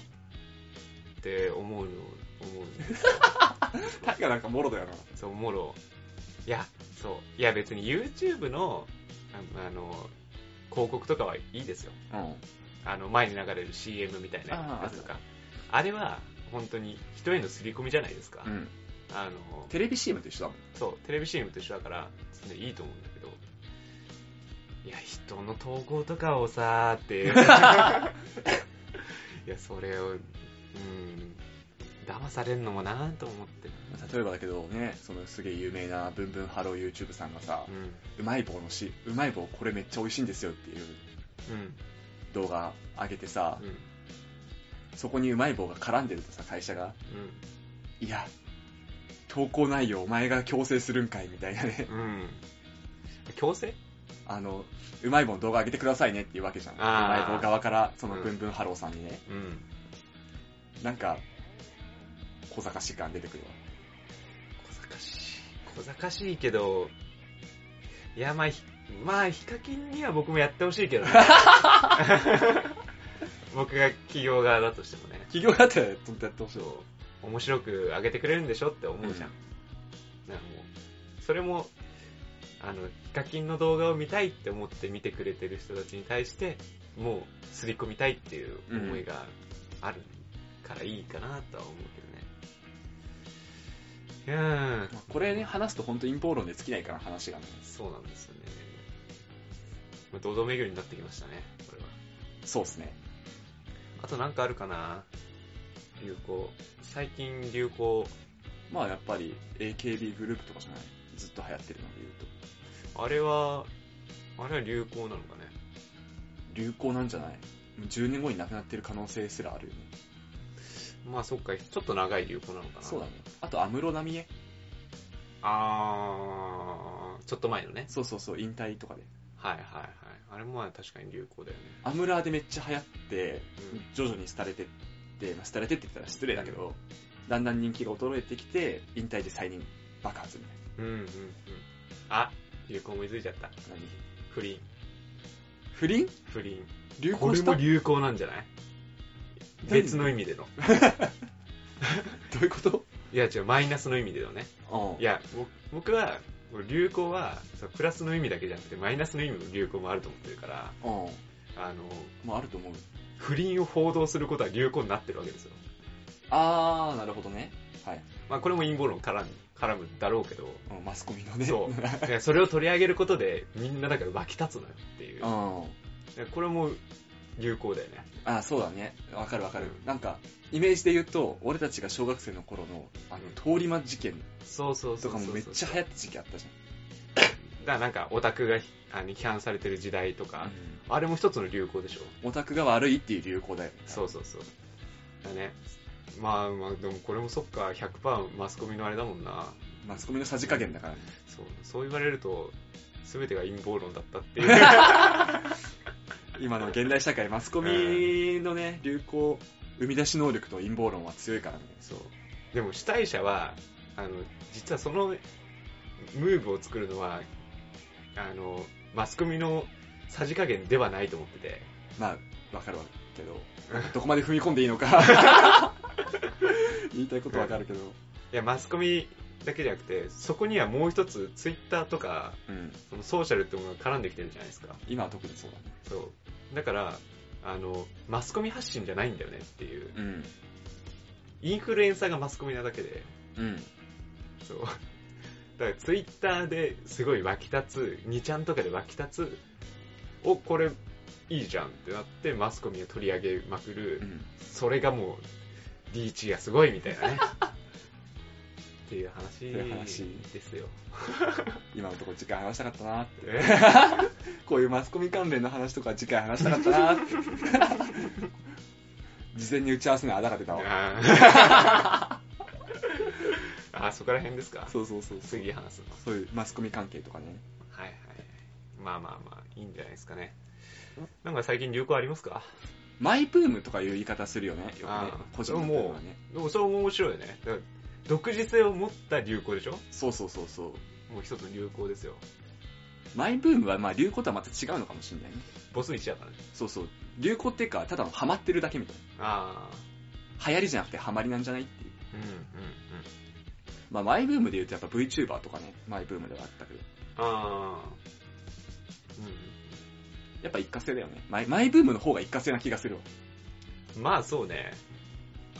[SPEAKER 1] て思うの思うんです
[SPEAKER 2] タイがなんかもろだよな。
[SPEAKER 1] そうおもろいやそういや別に YouTube のああの広告とかはいいですよ
[SPEAKER 2] うん。
[SPEAKER 1] あの前に流れる CM みたいなやつとかあれは本当に人への刷り込みじゃないですか、
[SPEAKER 2] うん。
[SPEAKER 1] あの
[SPEAKER 2] テレビ CM と一緒だもん。
[SPEAKER 1] そうテレビ CM と一緒だから全然いいと思うんだけどいや人の投稿とかをさーって <laughs> いやそれをうん騙されるのもなーと思って
[SPEAKER 2] 例えばだけどね、そのすげえ有名なブンブンハロー YouTube さんがさ
[SPEAKER 1] う、ん
[SPEAKER 2] うまい棒のし、うまい棒これめっちゃ美味しいんですよっていう
[SPEAKER 1] うん
[SPEAKER 2] 動画上げてさ
[SPEAKER 1] う、ん
[SPEAKER 2] そこにうまい棒が絡んでるとさ、会社が、いや、投稿内容お前が強制するんかいみたいなね。 <laughs>
[SPEAKER 1] うんうん強制
[SPEAKER 2] あの、うまい棒の動画上げてくださいねっていうわけじゃん。う
[SPEAKER 1] あー
[SPEAKER 2] まい棒側から、その
[SPEAKER 1] うん
[SPEAKER 2] ブンブンハローさんにね、
[SPEAKER 1] うん
[SPEAKER 2] なんか、小賢しい感出てくるわ。
[SPEAKER 1] 小賢しい小賢しいけどいやまあひまあヒカキンには僕もやってほしいけど <laughs> ね僕が企業側だとしてもね
[SPEAKER 2] 企業だったらやってほしい。
[SPEAKER 1] そう面白く上げてくれるんでしょって思うじゃん、なんかもうそれもあのヒカキンの動画を見たいって思って見てくれてる人たちに対してもう刷り込みたいっていう思いがあるからいいかなとは思うけどねうん
[SPEAKER 2] まあこれね、話すと本当陰謀論で尽きないから話がね。
[SPEAKER 1] そうなんですよねまあ堂々巡りになってきましたねこれは
[SPEAKER 2] そうっすね。
[SPEAKER 1] あとなんかあるかな流行最近流行
[SPEAKER 2] まあやっぱり AKB グループとかじゃないずっと流行ってるので言うと。
[SPEAKER 1] あれは、あれは流行なのかね。
[SPEAKER 2] 流行なんじゃないもう ?10 年後になくなってる可能性すらあるよね。
[SPEAKER 1] まあそっか、ちょっと長い流行なのかな。
[SPEAKER 2] そうだね。あと、安室奈美恵。
[SPEAKER 1] あー、ちょっと前のね。
[SPEAKER 2] そうそうそう、引退とかで。
[SPEAKER 1] はいはいはい。あれもまあ確かに流行だよね。
[SPEAKER 2] アムラーでめっちゃ流行って、
[SPEAKER 1] うん
[SPEAKER 2] 徐々に廃れてって、まあ、廃れてって言ったら失礼だけど、だんだん人気が衰えてきて、引退で再任爆発みたい
[SPEAKER 1] うんうんうん。あ、流行思いついちゃった。
[SPEAKER 2] な。何
[SPEAKER 1] 不倫。
[SPEAKER 2] 不倫
[SPEAKER 1] 不倫。
[SPEAKER 2] 流
[SPEAKER 1] こ
[SPEAKER 2] 行
[SPEAKER 1] れ
[SPEAKER 2] した
[SPEAKER 1] も
[SPEAKER 2] ど
[SPEAKER 1] 流行なんじゃない
[SPEAKER 2] 何
[SPEAKER 1] 別の意味での。
[SPEAKER 2] ういうこと
[SPEAKER 1] いや違う、マイナスの意味でのね。
[SPEAKER 2] う
[SPEAKER 1] いや、ぼ僕は、流行は、そのプラスの意味だけじゃなくて、マイナスの意味も流行もあると思ってるから、
[SPEAKER 2] ん。うん。
[SPEAKER 1] あの、
[SPEAKER 2] もうあると思う。
[SPEAKER 1] 不倫を報道することは流行になってるわけですよ。
[SPEAKER 2] あー、なるほどね。はい。
[SPEAKER 1] まあ、これも陰謀論絡む絡むだろうけど、
[SPEAKER 2] うん、マスコミのね。
[SPEAKER 1] そう
[SPEAKER 2] <laughs>
[SPEAKER 1] いやそれを取り上げることで、みんなだから湧き立つのよっていう。
[SPEAKER 2] ん。
[SPEAKER 1] いやこれも流行だよね。
[SPEAKER 2] あ、そうだね。わかるわかる。なんか、イメージで言うと、俺たちが小学生の頃の、あの、通り魔事件
[SPEAKER 1] そうそうそ
[SPEAKER 2] と
[SPEAKER 1] うそ
[SPEAKER 2] か
[SPEAKER 1] う
[SPEAKER 2] もめっちゃ流行った時期あったじ
[SPEAKER 1] だからなんか、オタクがあの批判されてる時代と
[SPEAKER 2] ゃん。
[SPEAKER 1] か、あれも一つの流行でしょ。
[SPEAKER 2] うんオタクが悪いっていう流行だよね。
[SPEAKER 1] そうそうそう。だね。まあまあ、でもこれもそっか、100%マスコミのあれだもんな。
[SPEAKER 2] マスコミのさじ加減だからね。
[SPEAKER 1] そう、そう言われると、全てが陰謀論だったっていう。
[SPEAKER 2] 今の現代社会、マスコミのね、流行、生み出し能力と陰謀論は強いからね。
[SPEAKER 1] そう。でも主体者は、あの、実はそのムーブを作るのは、あの、マスコミのさじ加減ではないと思ってて。
[SPEAKER 2] まあ、わかるわけど、どこまで踏み込んでいいのか。 <laughs> 言いたいことわかるけど。
[SPEAKER 1] いや、マスコミだけじゃなくて、そこにはもう一つ、ツイッターとか、
[SPEAKER 2] うん。
[SPEAKER 1] そのソーシャルってものが絡んできてるじゃないですか。
[SPEAKER 2] 今は特にそうだね。
[SPEAKER 1] そう。だから、あの、マスコミ発信じゃないんだよねっていう。
[SPEAKER 2] うん。
[SPEAKER 1] インフルエンサーがマスコミなだけで、
[SPEAKER 2] うん。
[SPEAKER 1] そう。だからツイッターですごい湧き立つ、2ちゃんとかで湧き立つ、お、これいいじゃんってなってマスコミを取り上げまくる
[SPEAKER 2] う、ん。
[SPEAKER 1] それがもう、リーチがすごいみたいなね。っていう
[SPEAKER 2] ういう話
[SPEAKER 1] 話ですよ。
[SPEAKER 2] 今のところ次回話したかったな。
[SPEAKER 1] え
[SPEAKER 2] こういうマスコミ関連の話とか次回話したかったな。
[SPEAKER 1] <laughs>
[SPEAKER 2] 事前に打ち合わせのあだが出たわ。
[SPEAKER 1] あー <laughs> あ、そこら辺ですか。
[SPEAKER 2] そうそうそうそう
[SPEAKER 1] 次話すの。
[SPEAKER 2] そういうマスコミ関係とかね
[SPEAKER 1] はいはい。まあまあまあ、いいんじゃないですかね。なんか最近流行ありますか
[SPEAKER 2] マイブームとかいう言い方するよねよくね
[SPEAKER 1] あー
[SPEAKER 2] 個人のブームはね
[SPEAKER 1] でもそれも面白いよね。だから独自性を持った流行でしょ
[SPEAKER 2] そうそうそうそう
[SPEAKER 1] もう一つの流行ですよ。
[SPEAKER 2] マイブームはまあ流行とはまた違うのかもしれないね
[SPEAKER 1] ボス1だからね。
[SPEAKER 2] そうそう流行っていうかただのハマってるだけみたい
[SPEAKER 1] ああ。
[SPEAKER 2] な流行りじゃなくてハマりなんじゃないっていう
[SPEAKER 1] うんうんうん。
[SPEAKER 2] まあマイブームで言うとやっぱ VTuber とかねマイブームではあったけど
[SPEAKER 1] ああ。うん。
[SPEAKER 2] やっぱ一過性だよねマイマイブームの方が一過性な気がするわ
[SPEAKER 1] まあそうね。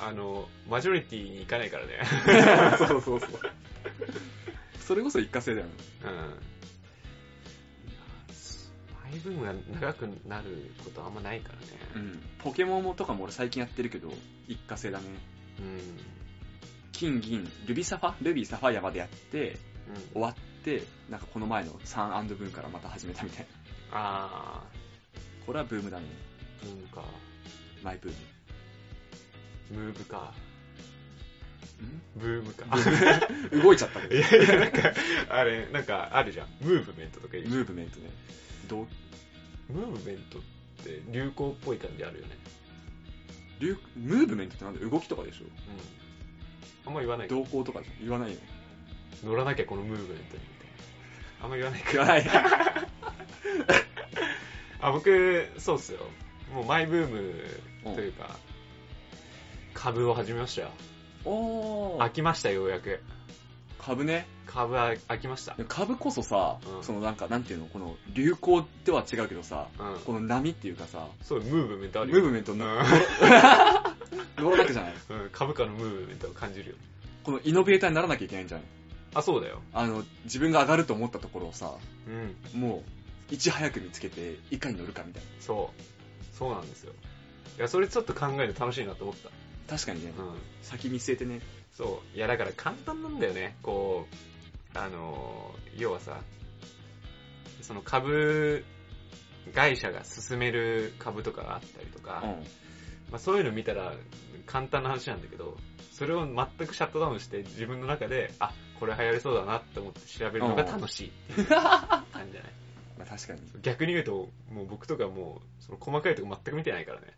[SPEAKER 1] あの、マジョリティに行かないからね。
[SPEAKER 2] そうそうそう。それこそ一過性だよね。
[SPEAKER 1] <laughs> うん。マイブームが長くなることあんまないからね。
[SPEAKER 2] ん。ポケモンとかも俺最近やってるけど、一過性だね。
[SPEAKER 1] うん。
[SPEAKER 2] 金、銀、ルビサファルビーサファイアまでやって、
[SPEAKER 1] うん。
[SPEAKER 2] 終わって、なんかこの前のサンブーンからまた始めたみたいな。
[SPEAKER 1] あ
[SPEAKER 2] これはブームだね。
[SPEAKER 1] ー、ブームか。
[SPEAKER 2] マイブーム。
[SPEAKER 1] ムーブか。ブームか。
[SPEAKER 2] ん <laughs> 動いちゃった
[SPEAKER 1] <laughs>
[SPEAKER 2] け
[SPEAKER 1] い
[SPEAKER 2] ど。
[SPEAKER 1] やいや、なんか、あれ、なんかあるじゃん。ムーブメントとか言う。
[SPEAKER 2] ムーブメントね。どう
[SPEAKER 1] ムーブメントって流行っぽい感じあるよね。
[SPEAKER 2] 流ムーブメントってなんだ動きとかでしょ
[SPEAKER 1] うん。あんま言わないか。
[SPEAKER 2] 動向とかでしょ言わないよね。
[SPEAKER 1] 乗らなきゃこのムーブメントにみたいな。あんま言わないか
[SPEAKER 2] 言わない。
[SPEAKER 1] あ、僕、そうっすよ。もうマイブームというか、株を始めましたよ。
[SPEAKER 2] <laughs> おー
[SPEAKER 1] 飽。きました、ようやく。
[SPEAKER 2] 株ね。
[SPEAKER 1] 株は飽きました。
[SPEAKER 2] 株こそさ、
[SPEAKER 1] うん
[SPEAKER 2] そのなんか、なんていうの、この流行では違うけどさ、
[SPEAKER 1] うん。
[SPEAKER 2] この波っていうかさ、
[SPEAKER 1] そう、ムーブメントある
[SPEAKER 2] ムー
[SPEAKER 1] よ。
[SPEAKER 2] ブメント
[SPEAKER 1] う
[SPEAKER 2] の、
[SPEAKER 1] ん
[SPEAKER 2] <laughs> 乗らなきゃじゃない。
[SPEAKER 1] うん、株価のムーブメントを感じるよ。
[SPEAKER 2] このイノベーターにならなきゃいけないんじゃない
[SPEAKER 1] あ、そうだよ。
[SPEAKER 2] あの、自分が上がると思ったところをさ、
[SPEAKER 1] うん。
[SPEAKER 2] もう、いち早く見つけて、いかに乗るかみたいな。
[SPEAKER 1] そう。そうなんですよ。いや、それちょっと考えるの楽しいなと思った。
[SPEAKER 2] 確かにね、
[SPEAKER 1] うん。
[SPEAKER 2] 先見据えてね。
[SPEAKER 1] そう。いや、だから簡単なんだよね。こう、あのー、要はさ、その株会社が進める株とかがあったりとか、
[SPEAKER 2] うん。
[SPEAKER 1] まあ、そういうの見たら簡単な話なんだけど、それを全くシャットダウンして自分の中で、あ、これ流行りそうだなって思って調べるのが楽しいっていう感じじゃない
[SPEAKER 2] まあ確かに。
[SPEAKER 1] 逆に言うと、もう僕とかもう、その細かいとこ全く見てないからね。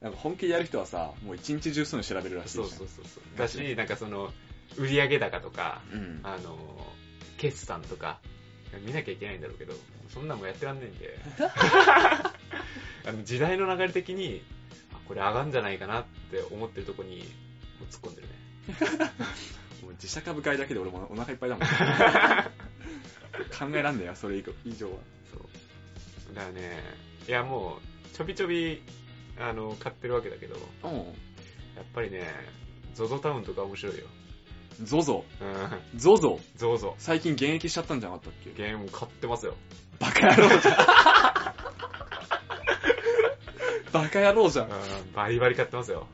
[SPEAKER 2] なんか本気でやる人はさ、もう一日中そういうの調べるらしいじゃ
[SPEAKER 1] そ
[SPEAKER 2] ん。
[SPEAKER 1] うそうそうそう。だし、なんかその、売上高とか、
[SPEAKER 2] うん。
[SPEAKER 1] あの、決算とか、見なきゃいけないんだろうけど、そんなんもやってらんないん <laughs> で、あの時代の流れ的に、あこれ上がんじゃないかなって思ってるとこに、もう突っ込んでるね。
[SPEAKER 2] もう自社株買いだけで俺もお腹いっぱい
[SPEAKER 1] <laughs>
[SPEAKER 2] だもん。考えらんねえよ、それ以降以上は。
[SPEAKER 1] そう。だからね、いやもう、ちょびちょび、あの、買ってるわけだけど、や
[SPEAKER 2] う
[SPEAKER 1] っぱりね、ゾゾタウンとか面白いよ。
[SPEAKER 2] ん。ゾゾ。
[SPEAKER 1] うん、
[SPEAKER 2] ゾゾ。
[SPEAKER 1] ゾゾ。
[SPEAKER 2] 最近現役しちゃったんじゃなかったっけ
[SPEAKER 1] ゲーム買ってますよ。
[SPEAKER 2] バカ野郎 <laughs> じゃん。バカ野郎じゃん。
[SPEAKER 1] うん、バリバリ買ってますよ。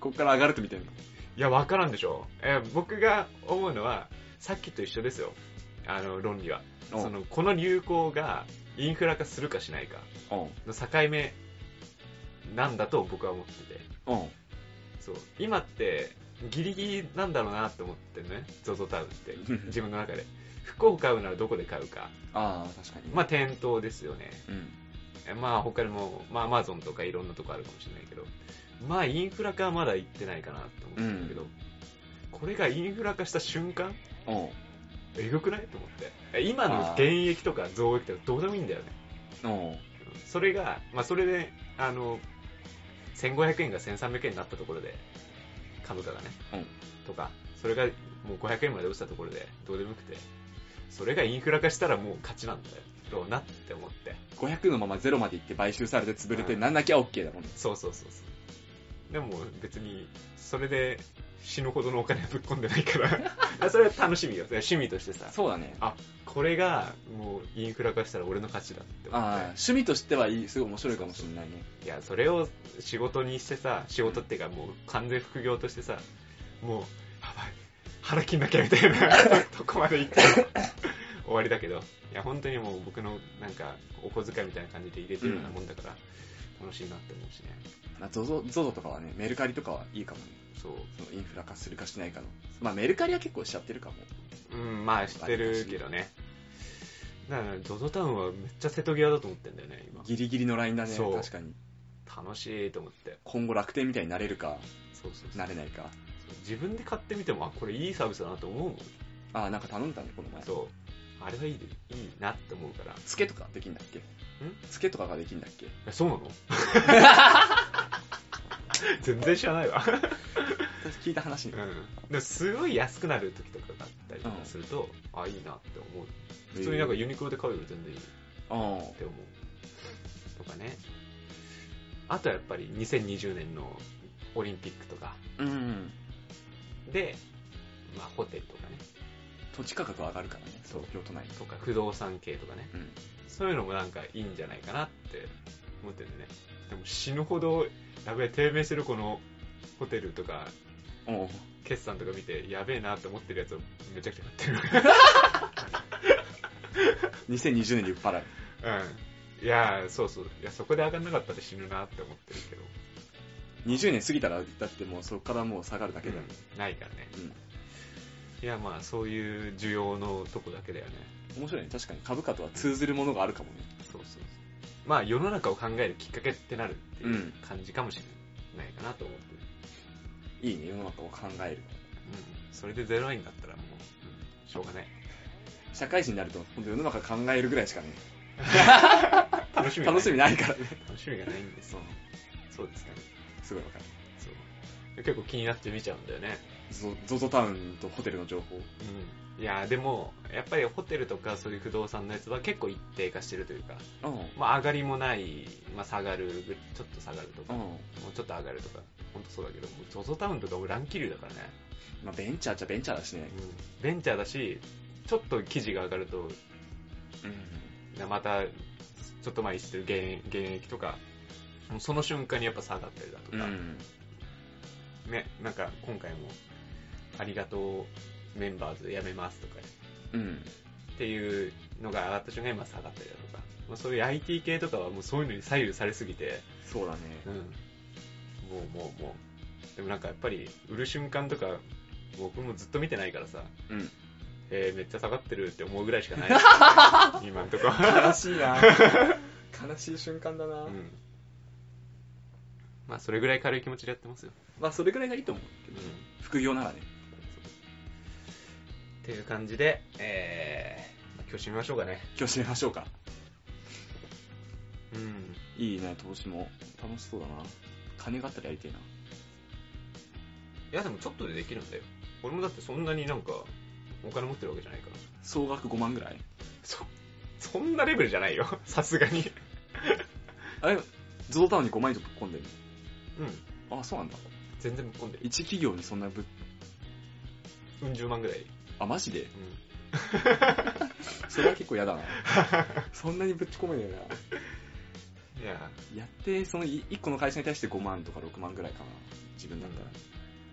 [SPEAKER 2] こっから上がると見てんの。
[SPEAKER 1] いや、わからんでしょ。えー僕が思うのは、さっきと一緒ですよ。あの、論理は。その、この流行がインフラ化するかしないか
[SPEAKER 2] う
[SPEAKER 1] の境目なんだと僕は思ってて。
[SPEAKER 2] ん。うん。
[SPEAKER 1] そう。今って、ギリギリなんだろうなって思ってね。ZOZO タウンって。自分の中で。服を買うならどこで買うか。
[SPEAKER 2] ああ、確かに。
[SPEAKER 1] まあ、店頭ですよね。
[SPEAKER 2] うん。
[SPEAKER 1] えまあ、他にも、まあ、アマゾンとかいろんなとこあるかもしれないけど、まあ、インフラ化はまだ行ってないかなと思ってるんだけど、これがインフラ化した瞬間
[SPEAKER 2] うん。
[SPEAKER 1] えぐくないと思ってえ今の現役とか増益とかどうでもいいんだよね
[SPEAKER 2] うん。
[SPEAKER 1] うんそれが、まあ、それであの1500円が1300円になったところで株価がね、
[SPEAKER 2] うん
[SPEAKER 1] とかそれがもう500円まで落ちたところでどうでもよくてそれがインフラ化したらもう勝ちなんだろうなって思って
[SPEAKER 2] 500のまま0まで行って買収されて潰れて
[SPEAKER 1] うん
[SPEAKER 2] なんなきゃ OK だもんね。
[SPEAKER 1] そうそうそうそうでも別にそれで死ぬほどのお金はぶっ込んでないから
[SPEAKER 2] <laughs>
[SPEAKER 1] あそれは楽しみよ趣味としてさ
[SPEAKER 2] そうだね。
[SPEAKER 1] これがもうインフラ化したら俺の勝ちだって思
[SPEAKER 2] ああ
[SPEAKER 1] っ、
[SPEAKER 2] 趣味としてはいい、すごい面白いかもしれないね。
[SPEAKER 1] ていやそれを仕事にしてさ仕事っていうかもう完全副業としてさもうやばい腹切んなきゃみたい
[SPEAKER 2] <laughs>
[SPEAKER 1] なとこまで行って終わりだけどいや本当にもう僕のなんかお小遣いみたいな感じで入れてるようなもんだから、楽しいなって思うしね
[SPEAKER 2] まあ、ゾゾ、ゾゾとかはね、メルカリとかはいいかもね。
[SPEAKER 1] そう
[SPEAKER 2] そのインフラ化するかしないかの。まあ、メルカリは結構しちゃってるかも。
[SPEAKER 1] うんまあ知ってるけどねだからゾゾタウンはめっちゃ瀬戸際だと思ってんだよね今
[SPEAKER 2] ギリギリのラインだね、
[SPEAKER 1] そう
[SPEAKER 2] 確かに。
[SPEAKER 1] 楽しいと思って
[SPEAKER 2] 今後楽天みたいになれるか、
[SPEAKER 1] そうそうそう
[SPEAKER 2] なれないか。
[SPEAKER 1] 自分で買ってみてもあこれいいサービスだなと思うもん
[SPEAKER 2] ああ、なんか頼んだね、この前。
[SPEAKER 1] そうあれはいいでいいなって思うから
[SPEAKER 2] つけとかできんだっけんつけとかができんだっけ
[SPEAKER 1] えそうな <laughs> の全然知らないわ、
[SPEAKER 2] 私聞いた話に。
[SPEAKER 1] うん、ですごい安くなる時とかがあったりとかすると、あいいなって思う普通になんかユニクロで買うより全然いいっ
[SPEAKER 2] うん。
[SPEAKER 1] て思うとかねあとはやっぱり2020年のオリンピックとか
[SPEAKER 2] うんうん。
[SPEAKER 1] で、まあ、ホテルとかね
[SPEAKER 2] 土地価格は上がるからね、
[SPEAKER 1] そう
[SPEAKER 2] 東京都内
[SPEAKER 1] とか不動産系とかね
[SPEAKER 2] うん。
[SPEAKER 1] そういうのもなんかいいんじゃないかなって思ってるね。でも死ぬほど、やべえ、低迷するこのホテルとか、
[SPEAKER 2] おう
[SPEAKER 1] 決算とか見て、やべえなって思ってるやつをめちゃくちゃ買って
[SPEAKER 2] 2020年に売っ払う。
[SPEAKER 1] る。うん。いやー、そうそう。いや、そこで上がんなかったら死ぬなって思ってるけど。
[SPEAKER 2] 20年過ぎたら、だってもうそこからもう下がるだけだよ、
[SPEAKER 1] うんないからね。
[SPEAKER 2] うん。
[SPEAKER 1] いや、まあ、そういう需要のとこだけだよね。
[SPEAKER 2] 面白いね。確かに株価とは通ずるものがあるかもね。
[SPEAKER 1] そうそうそう。まあ、世の中を考えるきっかけってなるっていううん感じかもしれない,、ないかなと思ってる。
[SPEAKER 2] いいね、世の中を考える。
[SPEAKER 1] うん。それで0円だったらもう、うん、しょうがない。
[SPEAKER 2] 社会人になると、本当世の中考えるぐらいしかね、
[SPEAKER 1] 楽しみ、
[SPEAKER 2] 楽しみないからね。
[SPEAKER 1] 楽しみがないんです
[SPEAKER 2] <laughs> そ
[SPEAKER 1] よ
[SPEAKER 2] う。
[SPEAKER 1] そうですかね
[SPEAKER 2] すごいわかる。
[SPEAKER 1] そう結構気になって見ちゃうんだよね
[SPEAKER 2] ゾゾゾタウンとホテルの情報。
[SPEAKER 1] うんいやでもやっぱりホテルとかそういう不動産のやつは結構一定化してるというか、
[SPEAKER 2] うん。う
[SPEAKER 1] まあ、上がりもない、まあ、下がるちょっと下がるとか、も
[SPEAKER 2] ん。
[SPEAKER 1] うちょっと上がるとか本当そうだけどもう ZOZO タウンとかも乱気流だからね、
[SPEAKER 2] まあ、ベンチャーっちゃベンチャーだしね。
[SPEAKER 1] うん、ベンチャーだしちょっと記事が上がると
[SPEAKER 2] うん。
[SPEAKER 1] またちょっと前に知ってる現現役とかもうその瞬間にやっぱ下がったりだとか、
[SPEAKER 2] うん。
[SPEAKER 1] ね、なんか今回も、ありがとうメンバーズやめますとか、
[SPEAKER 2] うん。
[SPEAKER 1] っていうのが上がった瞬間にまあ下がったりだとか、まあ、そういう IT 系とかはもうそういうのに左右されすぎて、
[SPEAKER 2] そうだね。
[SPEAKER 1] うん、もうもうもう、でもなんかやっぱり売る瞬間とか、僕もずっと見てないからさ、
[SPEAKER 2] うん。
[SPEAKER 1] えー、めっちゃ下がってるって思うぐらいしか <laughs> ない。今んとこ。
[SPEAKER 2] 悲しいな <laughs> 悲しい瞬間だな、
[SPEAKER 1] うん。まあそれぐらい軽い気持ちでやってますよ。
[SPEAKER 2] まあ、それぐらいがいいと思うけ
[SPEAKER 1] うん
[SPEAKER 2] ど。。副業ならね。
[SPEAKER 1] っていう感じで、えー、まあ今日締めましょうかね。
[SPEAKER 2] 今日締めましょうか。
[SPEAKER 1] うん。
[SPEAKER 2] いいね、投資も。楽しそうだな。金があったらやりてえな。
[SPEAKER 1] いやでもちょっとでできるんだよ俺もだってそんなになんかお金持ってるわけじゃないから
[SPEAKER 2] 総額5万ぐらい
[SPEAKER 1] そそんなレベルじゃ <laughs> ないよさすがに
[SPEAKER 2] あれ、ゾゾタウンに5万以上ぶっ込んでる
[SPEAKER 1] うん
[SPEAKER 2] のあ、そうなんだ。
[SPEAKER 1] 全然ぶっ込んでる
[SPEAKER 2] 一企業にそんなぶっ、
[SPEAKER 1] うん十万ぐらい、
[SPEAKER 2] あ、マジで
[SPEAKER 1] う
[SPEAKER 2] それは結構嫌 <laughs> だな。そんなにぶち込めね
[SPEAKER 1] ん、いや
[SPEAKER 2] えな。やって、その1個の会社に対して5万とか6万ぐらいかな。自分だったら。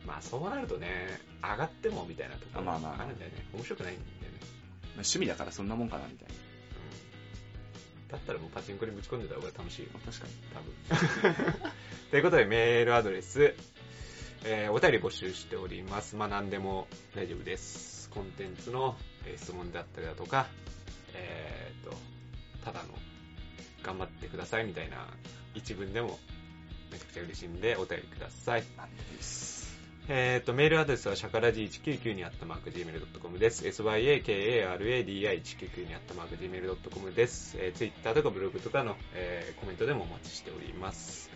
[SPEAKER 1] まあそうなるとね上がってもみたいなとこ
[SPEAKER 2] あ
[SPEAKER 1] ろ
[SPEAKER 2] まあまあまあ
[SPEAKER 1] あるんだよね面白くないんだよね、
[SPEAKER 2] まあ、趣味だからそんなもんかな、みたいな。
[SPEAKER 1] うん、だったらもうパチンコにぶち込んでた方が楽しいよ
[SPEAKER 2] まあ確かに。
[SPEAKER 1] 多分 <laughs> ということでメールアドレス、えーお便り募集しておりますまあ何でも大丈夫ですコンテンツのえー質問だったりだとかえー、とただの頑張ってくださいみたいな一文でもめちゃくちゃ嬉しいんでお便りください
[SPEAKER 2] なんでもいいです。
[SPEAKER 1] えー、と、メールアドレスは、シャカラジ199にあったマーク Gmail.com です。syakaradi199 にあったマーク Gmail.com です。えー、Twitter とかブログとかの、えーコメントでもお待ちしております。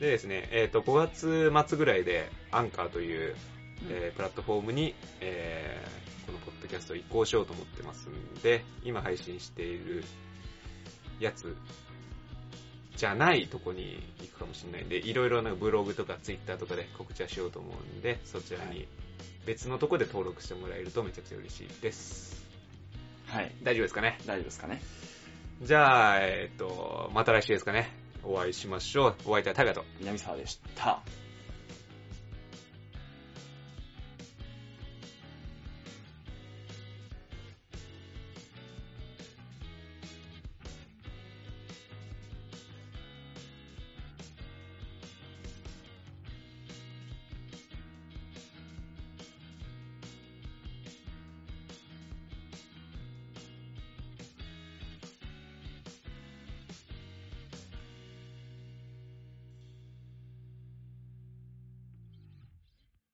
[SPEAKER 1] でですね、えー、と、5月末ぐらいで、アンカーという、えープラットフォームに、えーこのポッドキャストを移行しようと思ってますんで、今配信しているやつじゃないとこに行くかもしれないんで、いろいろなんかブログとかツイッターとかで告知はしようと思うんで、そちら
[SPEAKER 2] は
[SPEAKER 1] に別のとこで登録してもらえるとめちゃくちゃ嬉しいです。
[SPEAKER 2] はい。
[SPEAKER 1] 大丈夫ですかね
[SPEAKER 2] 大丈夫ですかね。
[SPEAKER 1] じゃあ、えっ、と、また来週ですかね。お会いしましょう。お会いいたいタガと。
[SPEAKER 2] 南沢でした。